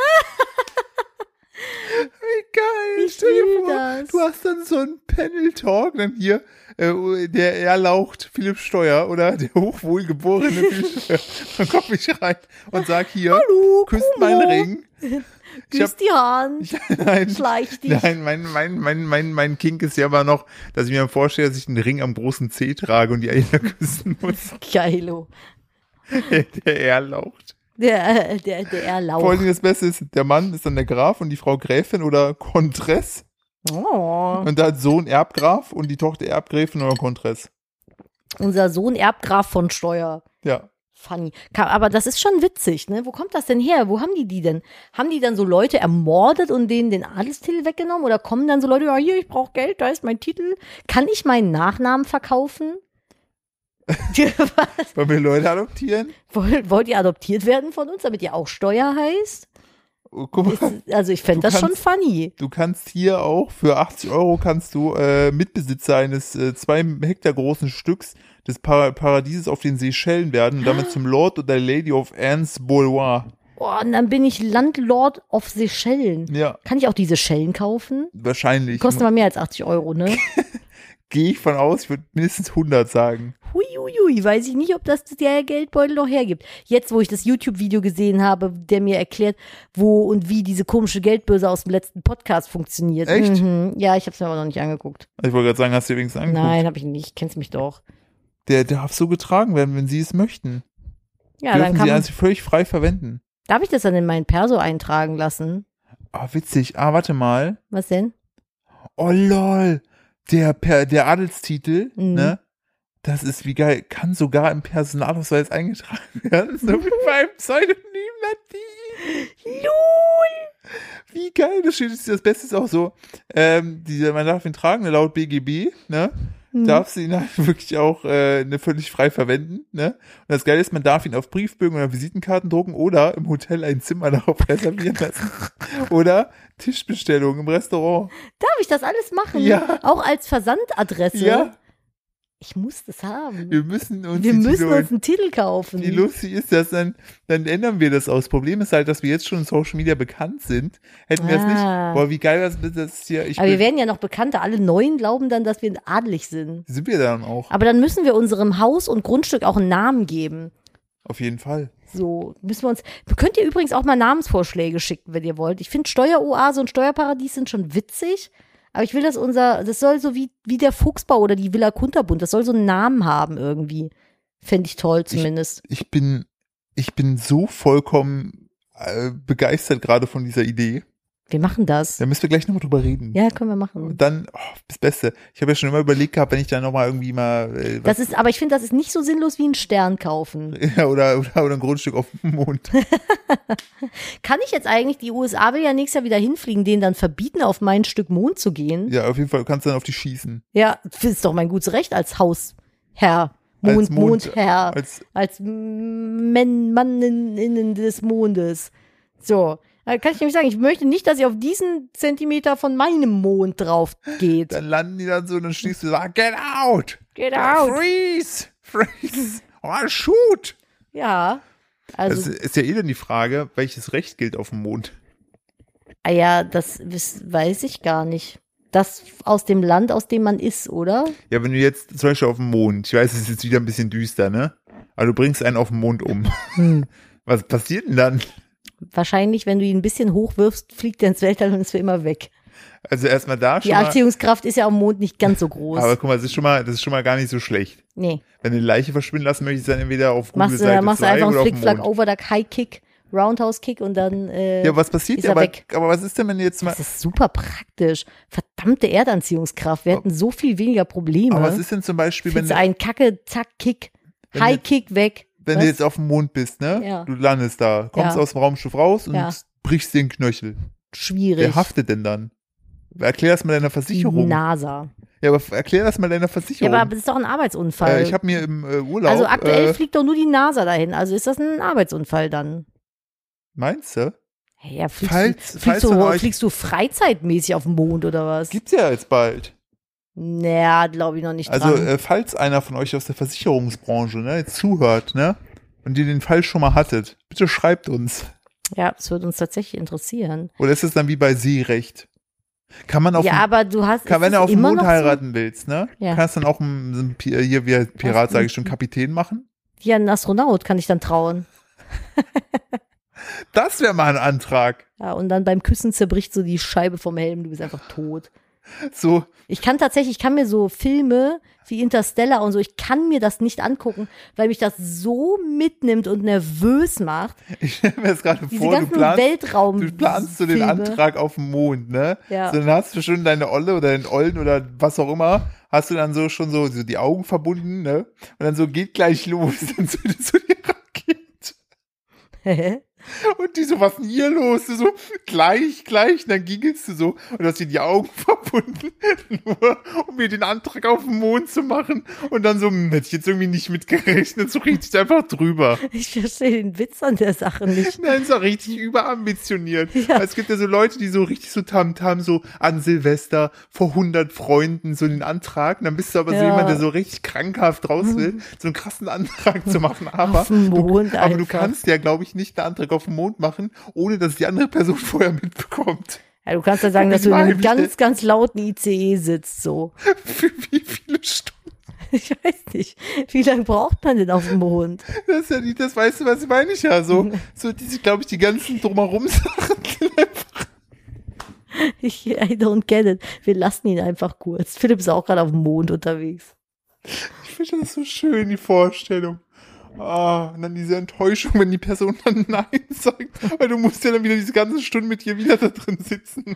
wie geil.
Ich
Stell dir
will
vor,
das.
Du hast dann so einen Panel-Talk, dann hier äh, der erlaucht Philipp Steuer oder der hochwohlgeborene Philipp Steuer. Dann komm ich rein und sag hier,
Hallo,
küsst
Kumo.
meinen Ring. Ich hab-
Küss die Hand,
Nein,
schleich dich.
Nein, mein, mein, mein, mein, mein Kink ist ja aber noch, dass ich mir vorstelle, dass ich einen Ring am großen C trage und die Eier küssen muss.
Geilo.
Der erlaucht.
Der, äh, der, der
Vor allen
Erlauch.
Dingen das Beste ist, der Mann ist dann der Graf und die Frau Gräfin oder Kontress.
Oh.
Und da hat Sohn Erbgraf und die Tochter Erbgräfin oder Kontress.
Unser Sohn Erbgraf von Steuer.
Ja.
Funny. Ka- Aber das ist schon witzig, ne? Wo kommt das denn her? Wo haben die die denn? Haben die dann so Leute ermordet und denen den Adelstitel weggenommen? Oder kommen dann so Leute, ja, hier, ich brauche Geld, da ist mein Titel. Kann ich meinen Nachnamen verkaufen? Was?
Wollen wir Leute adoptieren?
Wollt, wollt ihr adoptiert werden von uns, damit ihr auch Steuer heißt?
Oh, guck mal.
Ist, also ich fände
Du
das schon
kannst-
funny.
Du kannst hier auch für 80 Euro kannst du äh, Mitbesitzer eines äh, zwei Hektar großen Stücks des Para Paradieses auf den Seychellen werden und damit zum Lord oder Lady of Anne's Boudoir.
Oh, und dann bin ich Landlord of Seychellen.
Ja,
Kann ich auch diese Schellen kaufen?
wahrscheinlich.
Kosten aber mehr als 80 Euro, ne?
gehe ich von aus, ich würde mindestens 100 sagen.
Huiuiui, weiß ich nicht, ob das der Geldbeutel noch hergibt. Jetzt, wo ich das YouTube-Video gesehen habe, der mir erklärt, wo und wie diese komische Geldbörse aus dem letzten Podcast funktioniert.
Echt?
Mhm. Ja, ich habe es mir aber noch nicht angeguckt.
Also ich wollte gerade sagen, hast du dir wenigstens angeguckt.
Nein, habe ich nicht. Kennst mich doch.
Der darf so getragen werden, wenn sie es möchten.
Ja,
Dürfen
dann kann
sie
man,
also völlig frei verwenden.
darf ich das dann in meinen Perso eintragen lassen?
Ah, witzig. Ah, warte mal.
Was denn?
Oh lol. Der, per, der Adelstitel,
Mhm.
ne? Das ist wie geil. Kann sogar im Personalausweis eingetragen werden. So wie beim Pseudonym Nadine.
Lul!
Wie geil. Das steht das Beste ist auch so. Ähm, dieser, man darf ihn tragen, ne, laut BGB, ne? Darf sie ihn halt wirklich auch äh, ne, völlig frei verwenden, ne? Und das Geile ist, man darf ihn auf Briefbögen oder Visitenkarten drucken oder im Hotel ein Zimmer darauf reservieren lassen. oder Tischbestellung im Restaurant.
Darf ich das alles machen?
Ja.
Auch als Versandadresse?
Ja.
Ich muss das haben.
Wir müssen uns
Wir
die
müssen
Titel
uns einen Titel kaufen.
holen. Wie lustig ist das dann? Dann ändern wir das aus. Das Problem ist halt, dass wir jetzt schon in Social Media bekannt sind. Hätten wir das nicht.
Ah.
Boah, wie geil das ist, das hier. Ich
Aber wir
bin,
werden ja noch bekannter. Alle Neuen glauben dann, dass wir adelig sind.
sind wir dann auch.
Aber dann müssen wir unserem Haus und Grundstück auch einen Namen geben.
Auf jeden Fall.
So, müssen wir uns. Könnt ihr übrigens auch mal Namensvorschläge schicken, wenn ihr wollt. Ich finde Steueroase und Steuerparadies sind schon witzig, aber ich will, dass unser, das soll so wie, wie der Fuchsbau oder die Villa Kunterbund, das soll so einen Namen haben irgendwie. Fände ich toll zumindest.
Ich bin, ich bin so vollkommen äh, begeistert gerade von dieser Idee.
wir machen das.
Da müssen wir gleich nochmal drüber reden.
Ja, können wir machen.
Und dann, oh, das Beste. Ich habe ja schon immer überlegt gehabt, wenn ich da nochmal irgendwie mal äh, was
Das ist, aber ich finde, das ist nicht so sinnlos wie ein Stern kaufen.
oder, oder, oder ein Grundstück auf dem Mond.
Kann ich jetzt eigentlich, die USA will ja nächstes Jahr wieder hinfliegen, denen dann verbieten, auf mein Stück Mond zu gehen?
Ja, auf jeden Fall kannst du dann auf die schießen.
Ja, das ist doch mein gutes Recht als Hausherr.
Als
Mond,
Mond-
Mondherr.
Als
als Men Manninnen innen des Mondes. So, da kann ich nämlich sagen, ich möchte nicht, dass ihr auf diesen Zentimeter von meinem Mond drauf geht.
Dann landen die dann so und dann schließt du sagen, get out!
Get out!
Freeze! Freeze! Oh, shoot!
Ja.
Das
Also,
ist ja eh dann die Frage, welches Recht gilt auf dem Mond?
ah ja, das wiss- weiß ich gar nicht. Das aus dem Land, aus dem man ist, oder?
Ja, wenn du jetzt zum Beispiel auf dem Mond, ich weiß, es ist jetzt wieder ein bisschen düster, ne? Aber du bringst einen auf dem Mond um.
Hm.
Was passiert denn dann?
Wahrscheinlich, wenn du ihn ein bisschen hochwirfst, fliegt er ins Weltall und ist für immer weg.
Also erstmal da schon
Die
mal,
Anziehungskraft ist ja am Mond nicht ganz so groß.
aber guck mal, das ist schon mal, das ist schon mal gar nicht so schlecht.
nee.
Wenn du eine Leiche verschwinden lassen möchtest, dann entweder auf Google
Machst, du,
Seite
machst du
2 oder
einfach einen
auf dem
Flickflack,
Mond.
Overduck, High Kick, Roundhouse Kick und dann. Äh,
Ja, was passiert
ist er
denn? Aber,
weg.
aber was ist denn, wenn du jetzt mal,
Das ist super praktisch. Verdammte Erdanziehungskraft. Wir hätten so viel weniger Probleme.
aber was ist denn zum Beispiel, wenn
Findest du einen Kacke, Zack, Kick,
Wenn
High
du-
Kick weg.
Wenn
was?
du jetzt auf dem Mond bist, ne?
Ja.
Du landest da, kommst
Ja.
aus dem Raumschiff raus und
Ja.
brichst den Knöchel.
Schwierig.
Wer haftet denn dann? Erklär das mal deiner
Die
Versicherung.
NASA.
Ja, aber erklär das mal deiner
Ja,
Versicherung.
aber das ist doch ein Arbeitsunfall.
äh, ich habe mir im äh, Urlaub.
also aktuell
äh,
fliegt doch nur die NASA dahin. Also ist das ein Arbeitsunfall dann?
meinst du?
Hey, Ja, fliegst,
Falls-
du,
falls
fliegst,
von
du,
euch-
fliegst du freizeitmäßig auf den Mond oder was?
Gibt's ja jetzt bald.
Naja, glaube ich noch nicht
Also,
dran.
äh, falls einer von euch aus der Versicherungsbranche ne, jetzt zuhört, ne? Und ihr den Fall schon mal hattet, bitte schreibt uns.
ja, das würde uns tatsächlich interessieren.
Oder ist es dann wie bei Seerecht? Kann man auf
ja,
dem-
aber du hast
Kann,
ist
wenn
das
du auf dem
immer
Mond
noch so?
heiraten willst, ne?
Ja.
Kannst dann auch einen, einen Pi- äh, hier wie ein Pirat, sage ich schon, Kapitän machen?
Ja, ein Astronaut kann ich dann trauen.
Das wäre mal ein Antrag.
Ja, und dann beim Küssen zerbricht so die Scheibe vom Helm, du bist einfach tot.
So,
Ich kann tatsächlich, ich kann mir so Filme wie Interstellar und so, ich kann mir das nicht angucken, weil mich das so mitnimmt und nervös macht.
ich stelle mir das gerade
Diese
vor, du
ganzen
planst,
Weltraum.
du planst so den
Filme.
Antrag auf den Mond, ne?
Ja.
So, dann hast du schon deine Olle oder den Ollen oder was auch immer, hast du dann so schon so, so die Augen verbunden, ne? Und dann so geht gleich los, dann so, so die Rakete.
Hä?
Und die so, was ist denn hier los? Du so, gleich, gleich. Und dann gingst du so und hast dir die Augen verbunden, nur um mir den Antrag auf den Mond zu machen. Und dann so, hm, hätte ich jetzt irgendwie nicht mitgerechnet, so richtig einfach drüber.
ich verstehe den Witz an der Sache nicht.
Nein, so richtig überambitioniert.
Ja.
Es gibt ja so Leute, die so richtig so tamtam, so an Silvester vor 100 Freunden so den Antrag. Und dann bist du aber so
Ja. Mhm.
jemand, der so richtig krankhaft raus will, so einen krassen Antrag zu machen. Aber
Auf den Mond
aber du
einfach.
kannst ja, glaube ich, nicht einen Antrag auf den Mond machen, ohne dass die andere Person vorher mitbekommt.
Ja, du kannst ja sagen, dass du in einem ganz, ganz lauten ICE sitzt, so.
Für wie viele Stunden?
Ich weiß nicht. Wie lange braucht man denn auf dem Mond?
Das ist ja nicht das Weißt du, was meine ich ja. So, so diese, glaube ich, die ganzen Drumherum-Sachen. sind einfach-
Ich, I don't get it. Wir lassen ihn einfach kurz. Philipp ist auch gerade auf dem Mond unterwegs.
Ich finde das so schön, die Vorstellung. Ah, und dann diese Enttäuschung, wenn die Person dann Nein sagt, weil du musst ja dann wieder diese ganzen Stunden mit ihr wieder da drin sitzen.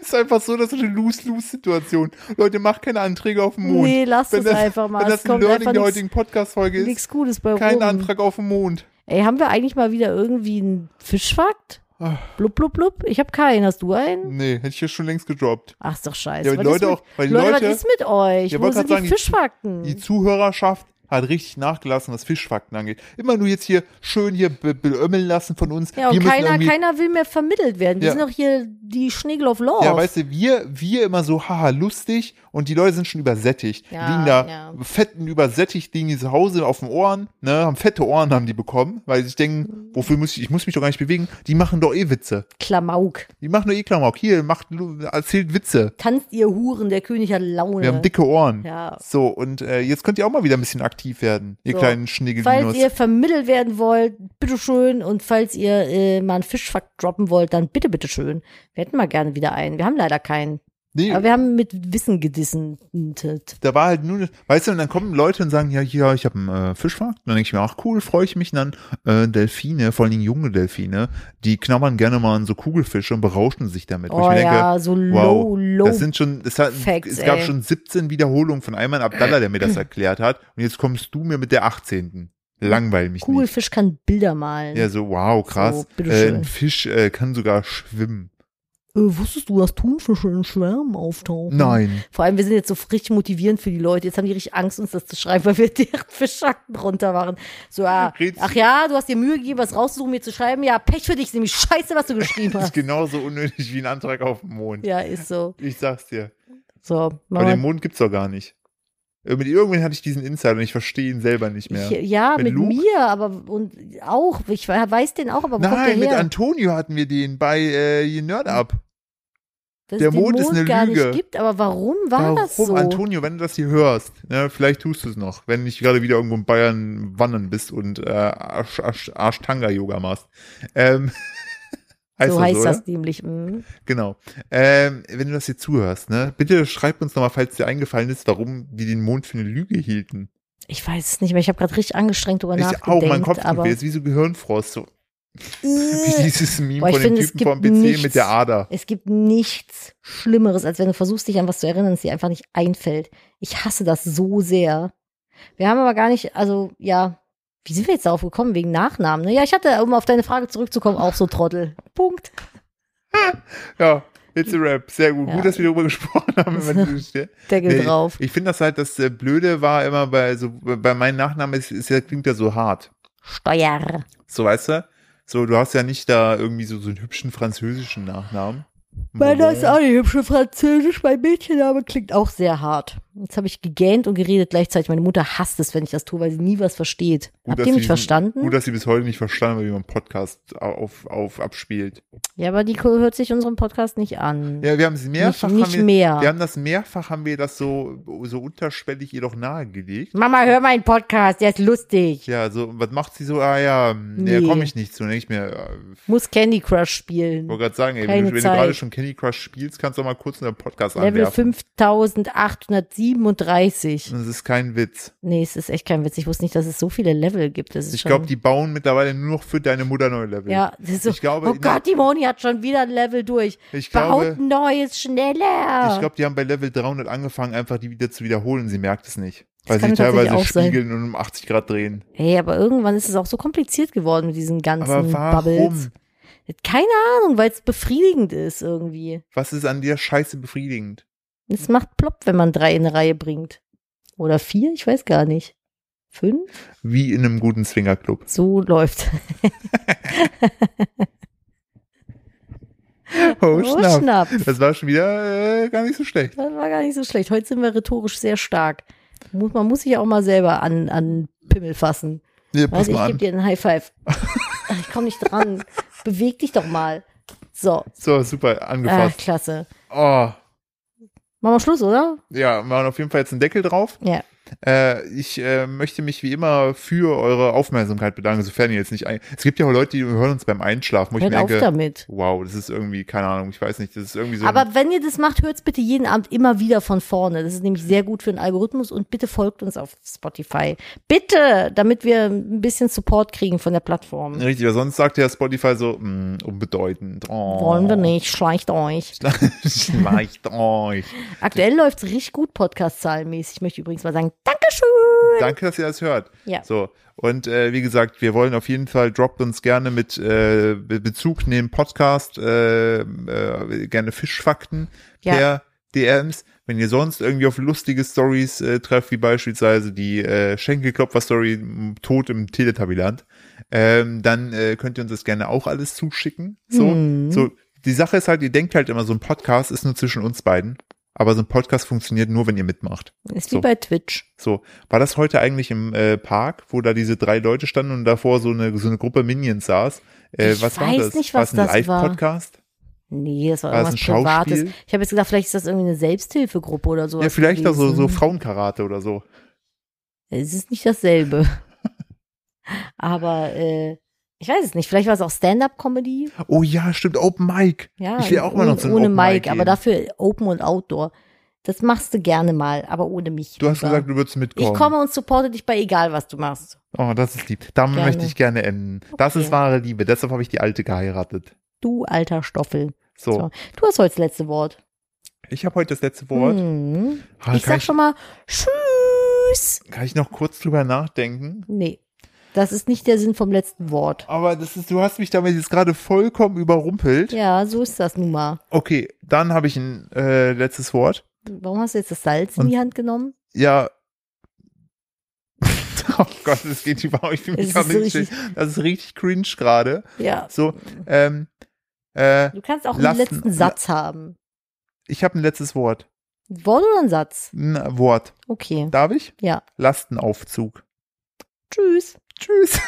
ist einfach so, dass so eine Lose-Lose-Situation. Leute, macht keine Anträge auf den Mond.
Nee, lass
Wenn
das,
das-
einfach mal.
Wenn das
Es
ein
kommt
Learning
einfach
der
nichts,
heutigen Podcast-Folge ist,
nichts Gutes bei
kein
rum.
Antrag auf den Mond.
Ey, haben wir eigentlich mal wieder irgendwie einen Fischfakt?
Ach.
Blub, blub, blub. Ich habe keinen. Hast du einen?
Nee, hätte ich ja schon längst gedroppt.
Ach, ist doch scheiße.
Ja, weil die
Was ist
Leute
mit,
auch, weil die
Leute,
Leute,
was ist mit euch?
Ja,
Wo
wollte
sind
grad
die
sagen, die-
Fischfakten?
die Zuhörerschaft hat richtig nachgelassen, was Fischfakten angeht. Immer nur jetzt hier schön hier be- beömmeln lassen von uns.
ja,
wir
und
müssen
keiner,
irgendwie-
keiner will mehr vermittelt werden. Wir
Ja.
sind doch hier die Schnegel of Law.
Ja, weißt du, wir, wir immer so, haha, lustig und die Leute sind schon übersättigt.
Ja,
liegen da
ja.
fetten, übersättigt, liegen die zu Hause auf den Ohren, ne, haben fette Ohren haben die bekommen, weil sie sich denken,
Mhm.
wofür muss ich, ich muss mich doch gar nicht bewegen, die machen doch eh Witze.
Klamauk.
Die machen nur eh Klamauk. Hier, macht, erzählt Witze.
Tanzt ihr Huren, der König hat Laune.
Wir haben dicke Ohren.
Ja.
So, und äh, jetzt könnt ihr auch mal wieder ein bisschen aktiv werden, ihr
So.
kleinen
Falls
Schniggelinos.
ihr vermittelt werden wollt, bitteschön. Und falls ihr äh, mal einen Fischfakt droppen wollt, dann bitte, bitteschön. Wir hätten mal gerne wieder einen. Wir haben leider keinen.
Nee,
Aber wir haben mit Wissen gedissen.
da war halt nur, weißt du, und dann kommen Leute und sagen, ja, hier, ich habe einen äh, Fischmarkt. Und dann denke ich mir, ach cool, freue ich mich. Und dann äh, Delfine, vor allen Dingen junge Delfine, die knabbern gerne mal an so Kugelfische und berauschen sich damit. Wo
Oh
ich mir
ja,
denke,
so low,
wow,
low.
das sind schon, es, hat,
Facts,
es gab
ey.
schon 17 Wiederholungen von Ayman Abdallah, der mir das erklärt hat. Und jetzt kommst du mir mit der 18. Langweil mich nicht.
Kugelfisch kann Bilder malen. Äh,
Ja, so, wow, krass.
So, bitteschön.
äh, ein Fisch äh, kann sogar schwimmen.
Äh, wusstest du, dass Thunfische in Schwärmen auftauchen?
Nein.
Vor allem, wir sind jetzt so richtig motivierend für die Leute. Jetzt haben die richtig Angst, uns das zu schreiben, weil wir deren Fischakten runter machen. So, ah,
Redst
ach
du-
ja, du hast dir Mühe gegeben, was rauszusuchen, mir zu schreiben. Ja, Pech für dich, ist nämlich scheiße, was du geschrieben
Das ist
hast.
genauso unnötig wie ein Antrag auf den Mond.
Ja, ist so.
Ich sag's dir.
So,
Aber
machen
den Mond gibt's doch gar nicht. Irgendwie, irgendwann hatte ich diesen Insight und ich verstehe ihn selber nicht
wir-
mehr.
ich, ja,
Mit
mit
Luke?
mir, aber und auch, ich weiß den auch, aber wo kommt der
Nein, mit
her?
Antonio hatten wir den bei äh, Nerd Up.
Dass
der
es den
Mond ist eine
gar
Lüge.
nicht gibt, aber warum war
Warum,
das so?
Antonio, wenn du das hier hörst, ne, vielleicht tust du es noch, wenn du nicht gerade wieder irgendwo in Bayern wandern bist und äh, Asch- Asch- Ashtanga-Yoga machst. Ähm, heißt
so heißt
oder?
das nämlich. Mhm.
Genau. Ähm, wenn du das hier zuhörst, ne, bitte schreib uns nochmal, falls dir eingefallen ist, warum wir den Mond für eine Lüge hielten.
Ich weiß es nicht mehr. Ich habe gerade richtig angestrengt drüber
Ich
nachgedacht.
auch, mein Kopf tut
aber
weh, ist wie so Gehirnfrost, so wie
Äh,
dieses Meme
Boah, ich
von dem
finde, es
Typen vom PC
gibt nichts.
mit der Ader.
es gibt nichts Schlimmeres, als wenn du versuchst, dich an was zu erinnern, es dir einfach nicht einfällt. Ich hasse das so sehr. Wir haben aber gar nicht, also ja, wie sind wir jetzt darauf gekommen? Wegen Nachnamen, ne? Ja, ich hatte, um auf deine Frage zurückzukommen, auch so Trottel. Punkt.
Ja, it's a rap, sehr gut.
Ja.
Gut, dass wir darüber gesprochen haben. Wenn man diese Stelle-
Deckel
Nee,
drauf.
Ich finde das halt, das äh, Blöde war immer bei so, bei meinem Nachnamen ist, ist ja, klingt ja so hart.
Steuer.
So, weißt du? So, du hast ja nicht da irgendwie so, so einen hübschen französischen Nachnamen.
Meiner ist auch nicht hübsch in Französisch. Mein Mädchenname klingt auch sehr hart. Jetzt habe ich gegähnt und geredet gleichzeitig. Meine Mutter hasst es, wenn ich das tue, weil sie nie was versteht.
Gut,
Habt
dass
ihr
sie
mich
diesen-
verstanden?
Gut, dass sie bis heute nicht verstanden haben, wie man Podcast auf, auf abspielt.
Ja, aber die hört sich unseren Podcast nicht an.
Ja, wir haben es mehrfach.
nicht
haben wir,
mehr.
Wir haben das mehrfach, haben wir das so, so unterschwellig ihr doch nahegelegt.
Mama, hör meinen Podcast, der ist lustig.
Ja, so, was macht sie so? Ah ja, nee.
Nee.
komme ich nicht zu. Denke ich mir, äh,
Muss Candy Crush
wollte
spielen.
gerade sagen, ey, wenn,
Keine
du- wenn du
Zeit.
gerade schon Candy Crush spielst, kannst du doch mal kurz in den Podcast
Level
anwerfen.
5837.
Das ist kein Witz.
Nee, es ist echt kein Witz. Ich wusste nicht, dass es so viele Level gibt. Das ist
Ich
schon-
glaube, die bauen mittlerweile nur noch für deine Mutter neue Level.
Ja, das ist so,
Ich glaube,
oh
in-
Gott, die Moni hat schon wieder ein Level durch.
Ich
Baut
glaube,
ein neues, schneller.
ich glaube, die haben bei Level 300 angefangen, einfach die wieder zu wiederholen. Sie merkt es nicht. Weil
kann
sie
tatsächlich
teilweise
auch sein.
spiegeln und um 80 Grad drehen.
Hey, aber irgendwann ist es auch so kompliziert geworden mit diesen ganzen
Aber
Bubbles.
warum?
Keine Ahnung, weil es befriedigend ist irgendwie.
Was ist an dir scheiße befriedigend?
Es macht plopp, wenn man drei in eine Reihe bringt. Oder vier, ich weiß gar nicht. Fünf?
Wie in einem guten Swingerclub.
So läuft.
Oh, schnapp.
schnapp.
Das war schon wieder äh, gar nicht so schlecht.
Das war gar nicht so schlecht. Heute sind wir rhetorisch sehr stark. Muss, man muss sich ja auch mal selber an, an Pimmel fassen.
Ja, pass
Weißt, du,
mal
ich gebe
an.
dir einen High Five. Ich komme nicht dran. Beweg dich doch mal. So.
So, super,
Ach,
angefasst.
klasse.
Oh,
Machen wir Schluss, oder?
ja, wir machen auf jeden Fall jetzt einen Deckel drauf.
Ja.
Äh, ich äh, möchte mich wie immer für eure Aufmerksamkeit bedanken, sofern ihr jetzt nicht ein. Es gibt ja auch Leute, die hören uns beim Einschlafen, wo ich
Hört
mir
auf
denke,
damit.
wow, das ist irgendwie, keine Ahnung, ich weiß nicht, das ist irgendwie so. ein,
Aber wenn ihr das macht, hört's bitte jeden Abend immer wieder von vorne. Das ist nämlich sehr gut für den Algorithmus und bitte folgt uns auf Spotify. Bitte, damit wir ein bisschen Support kriegen von der Plattform.
richtig, weil sonst sagt ja Spotify so, mh, unbedeutend. Oh,
Wollen wir nicht, schleicht euch.
Schleicht euch.
Aktuell läuft's richtig gut podcast-zahlenmäßig. Ich möchte übrigens mal sagen, Dankeschön.
Danke, dass ihr das hört.
Ja.
So, und äh, wie gesagt, wir wollen auf jeden Fall, droppt uns gerne mit äh, Be- Bezug nehmen, Podcast, äh, äh, gerne Fischfakten
Ja.
per DMs. Wenn ihr sonst irgendwie auf lustige Stories äh, trefft, wie beispielsweise die äh, Schenkelklopfer-Story m, Tod im Teletubbyland, ähm, dann äh, könnt ihr uns das gerne auch alles zuschicken. So,
Mhm.
so, die Sache ist halt, ihr denkt halt immer, so ein Podcast ist nur zwischen uns beiden. Aber so ein Podcast funktioniert nur, wenn ihr mitmacht.
Ist
so.
wie bei Twitch.
So, war das heute eigentlich im äh, Park, wo da diese drei Leute standen und davor so eine, so eine Gruppe Minions saß? Äh,
Ich
was war
weiß
das?
nicht,
war
was
es ein
das war.
Live-Podcast?
Nee, das war,
War es
irgendwas
ein Schauspiel?
Privates. Ich habe jetzt gedacht, vielleicht ist das irgendwie eine Selbsthilfegruppe oder so.
Ja, vielleicht auch so, so Frauenkarate oder so.
Es ist nicht dasselbe. Aber äh, ich weiß es nicht. Vielleicht war es auch Stand-up-Comedy.
Oh ja, stimmt, Open Mic.
Ja,
Ich will auch mal
ohne,
noch so ein
ohne
Open Mic
Mic,
gehen.
aber dafür Open und Outdoor. Das machst du gerne mal, aber ohne mich.
Du hast
lieber.
gesagt, du würdest mitkommen.
ich komme und supporte dich bei egal, was du machst.
Oh, das ist lieb. Damit
Gerne.
möchte ich gerne enden. Das
Okay.
ist wahre Liebe. Deshalb habe ich die Alte geheiratet.
Du alter Stoffel.
So,
So. Du hast heute das letzte Wort.
ich habe heute das letzte Wort.
Hm.
Ah,
Ich
kann,
sag
ich,
schon mal Tschüss.
kann ich noch kurz drüber nachdenken?
Nee, das ist nicht der Sinn vom letzten Wort.
Aber das ist, du hast mich damit jetzt gerade vollkommen überrumpelt.
Ja, so ist das nun mal.
Okay, dann habe ich ein äh, letztes Wort.
Warum hast du jetzt das Salz in
Und-
die Hand genommen?
Ja. Oh Gott, es geht überhaupt. Ich fühle mich
Es
gerade
ist so
richtig. Das ist richtig cringe gerade.
Ja.
So, ähm, äh,
Du kannst auch
Lassen-
einen letzten Satz haben.
ich habe ein letztes Wort.
Ein Wort oder ein Satz?
Ein Wort.
Okay.
Darf ich?
Ja.
Lastenaufzug.
Tschüss.
Tschüss.